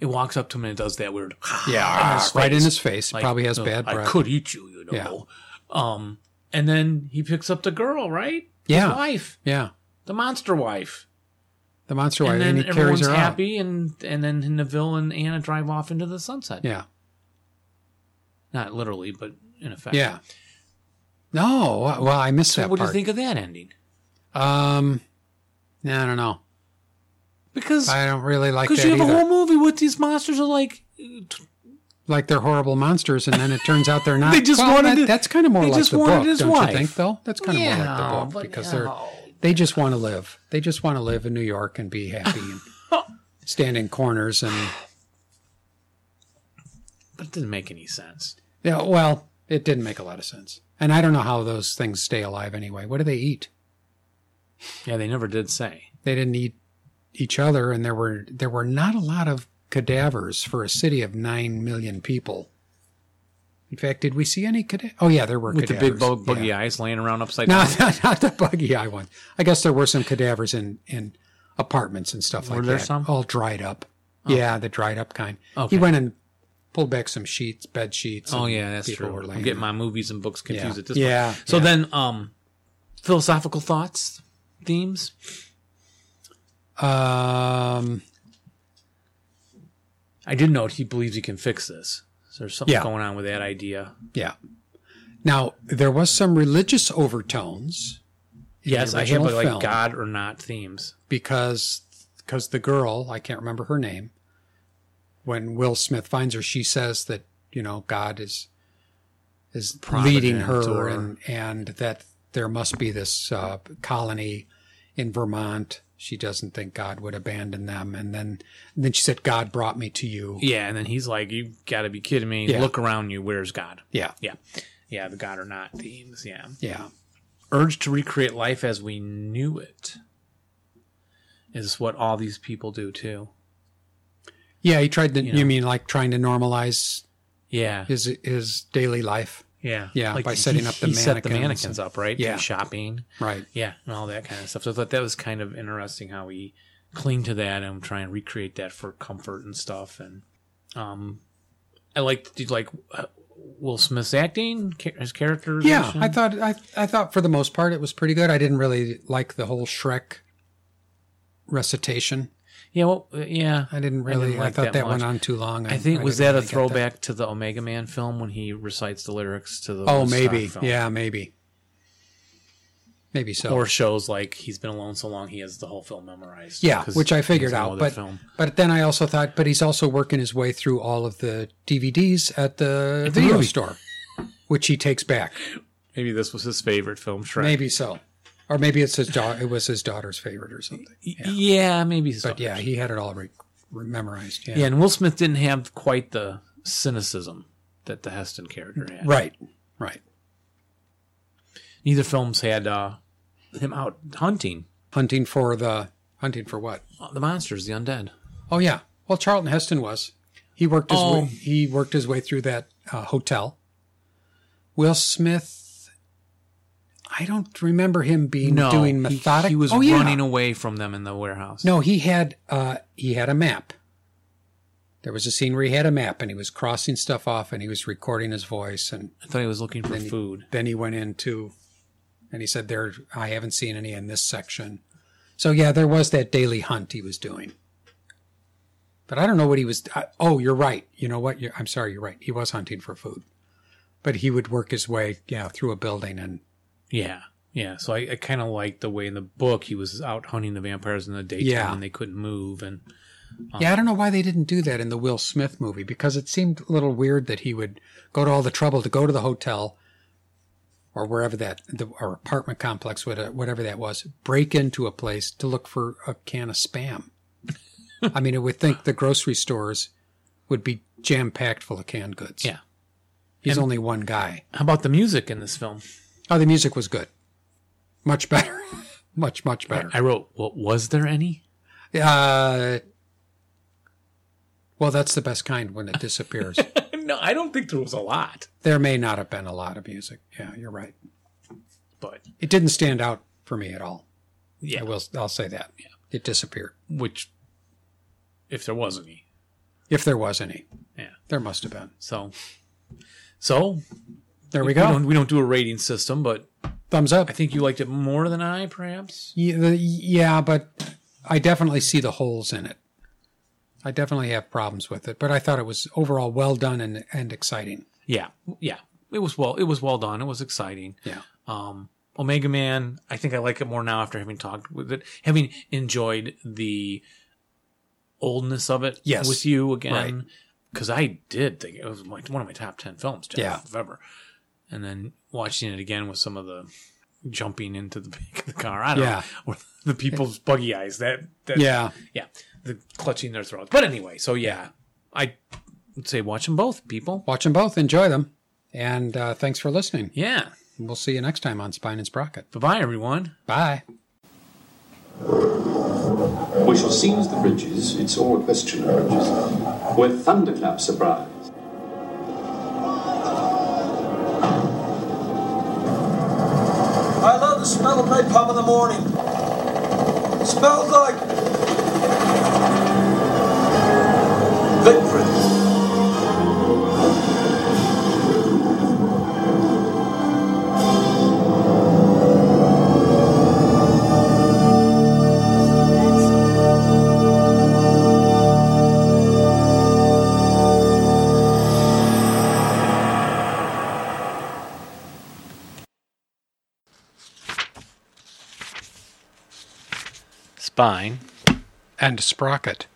It walks up to him and it does that weird. yeah right in his face. Ah, like, Probably has uh, bad breath. I could eat you, you know. Um, and then he picks up the girl, right? Yeah. His wife, Yeah, the monster wife. the monster wife, And and, then he carries everyone's her out. happy, and and then Neville and Anna drive off into the sunset. Yeah, Not literally, but in effect. yeah. No, well, I missed that What do you part. think of that ending? Um, nah, I don't know. Because I don't really like that because you have either. a whole movie with these monsters are like like they're horrible monsters, and then it turns out they're not. They just Well, wanted that- to- that's kind of more they like just the wanted book, his don't wife. you think? Though that's kind of more like Yeah, the book but because no. they're they just want to live. They just want to live in New York and be happy and stand in corners and but it didn't make any sense. yeah. Well, it didn't make a lot of sense, and I don't know how those things stay alive anyway. What do they eat? Yeah, they never did say. They didn't eat each other, and there were there were not a lot of cadavers for a city of nine million people. In fact, did we see any cadavers? Oh yeah, there were With cadavers. the big bug, Yeah. buggy eyes laying around upside No, down. not, not the buggy eye one. I guess there were some cadavers in, in apartments and stuff like Were there that. some? Oh. All dried up. Yeah, the dried up kind. Okay. He went and pulled back some sheets, bed sheets. Oh and yeah, that's people true. Were I'm laying getting my there. movies and books confused Yeah. at this Yeah, point. So yeah. then, um, philosophical thoughts, themes. Um, I did note he believes he can fix this. So there's something Yeah. going on with that idea. yeah. Now there was some religious overtones Yes, I have original but like film. God or not themes. because because the girl I can't remember her name. When Will Smith finds her, she says that you know God is is leading her, Providence or- and and that there must be this uh, colony in Vermont. She doesn't think God would abandon them, and then and then she said, "God brought me to you." Yeah, and then he's like, "You got to be kidding me! Yeah. Look around you. Where's God?" Yeah, Yeah, yeah. The God or not themes. Yeah. yeah, Urge to recreate life as we knew it is what all these people do too. yeah. He tried to. You, know. mean like trying to normalize Yeah. his his daily life, Yeah. Yeah, by he- setting up the he set the mannequins. mannequins up, right? Yeah. Shopping. right? Yeah, and all that kind of stuff. So I thought that was kind of interesting how we cling to that and try and recreate that for comfort and stuff. And um, I liked did you like uh, Will Smith's acting, Ca- his character. Yeah, I thought I I thought for the most part it was pretty good. I didn't really like the whole Shrek recitation. yeah, well, uh, yeah. I didn't really. I, didn't like thought that, much. went on too long. I think was didn't that a really get throwback to the Omega Man film when he recites the lyrics to the Oh, Woodstock maybe. film? Yeah, maybe. Maybe so. or shows like he's been alone so long he has the whole film memorized. yeah, 'Cause which I figured he's an out. older But film. but then I also thought, but he's also working his way through all of the DVDs at the the video movie. store, which he takes back. maybe this was his favorite film, Shrek. Maybe so, or maybe it's his daughter. It was his daughter's favorite or something. yeah. maybe. so. But yeah, he had it all re- re- memorized. Yeah, and Will Smith didn't have quite the cynicism that the Heston character had. Right. Right. neither films had uh, him out hunting Hunting for the hunting for what? uh, the monsters, the undead. Oh yeah. Well, Charlton Heston was. He worked his Oh. way, he worked his way through that uh, hotel. Will Smith. I don't remember him being doing he- methodic. He, was Oh, yeah. running away from them in the warehouse. No, he had uh, he had a map. There was a scene where he had a map and he was crossing stuff off and he was recording his voice and I thought he was looking for he- food. then he went into and he said there I haven't seen any in this section. So yeah, there was that daily hunt he was doing. But I don't know what he was I, Oh, you're right. You know what? You're, I'm sorry, you're right. He was hunting for food. But he would work his way, yeah, through a building and Yeah, yeah. So I, I kind of liked the way in the book he was out hunting the vampires in the daytime Yeah. and they couldn't move. And Yeah, I don't know why they didn't do that in the Will Smith movie because it seemed a little weird that he would go to all the trouble to go to the hotel or wherever that the, or apartment complex whate- whatever that was, break into a place to look for a can of spam. I mean, I would think the grocery stores would be jam packed full of canned goods. Yeah. He's only one guy. how about the music in this film? Oh, the music was good. Much better. much much better. I wrote, "What was there any?" Uh Well, that's the best kind when it disappears. no, I don't think there was a lot, There may not have been a lot of music. Yeah, you're right. but It didn't stand out for me at all. yeah, I will. I'll say that. It disappeared. which if there was any, If there was any, Yeah. there must have been. so so There we We go. don't, we don't do a rating system, but Thumbs up. I think you liked it more than I, perhaps. Yeah, the- yeah, but I definitely see the holes in it. I definitely have problems with it, but I thought it was overall well done and, and exciting. Yeah, yeah. It was well. It was well done. It was exciting. Yeah. Um, Omega Man. I think I like it more now after having talked with it, having enjoyed the oldness of it. Yes. with you again, because I did think it was my, one of my top ten films. Jeff, Yeah. if ever. And then watching it again with some of the jumping into the back of the car. I don't Yeah. know. Or the people's buggy eyes. That, that Yeah. yeah, the clutching their throats. But anyway, so yeah, I would say watch them both, people. Watch them both. Enjoy them. And uh, thanks for listening. Yeah. We'll see you next time on Spine and Sprocket. Bye bye, everyone. Bye. We shall seize the bridges, it's all a question of bridges, with thunderclap surprise. I love the smell of napalm in the morning. smells like victory. Spine. And Sprocket.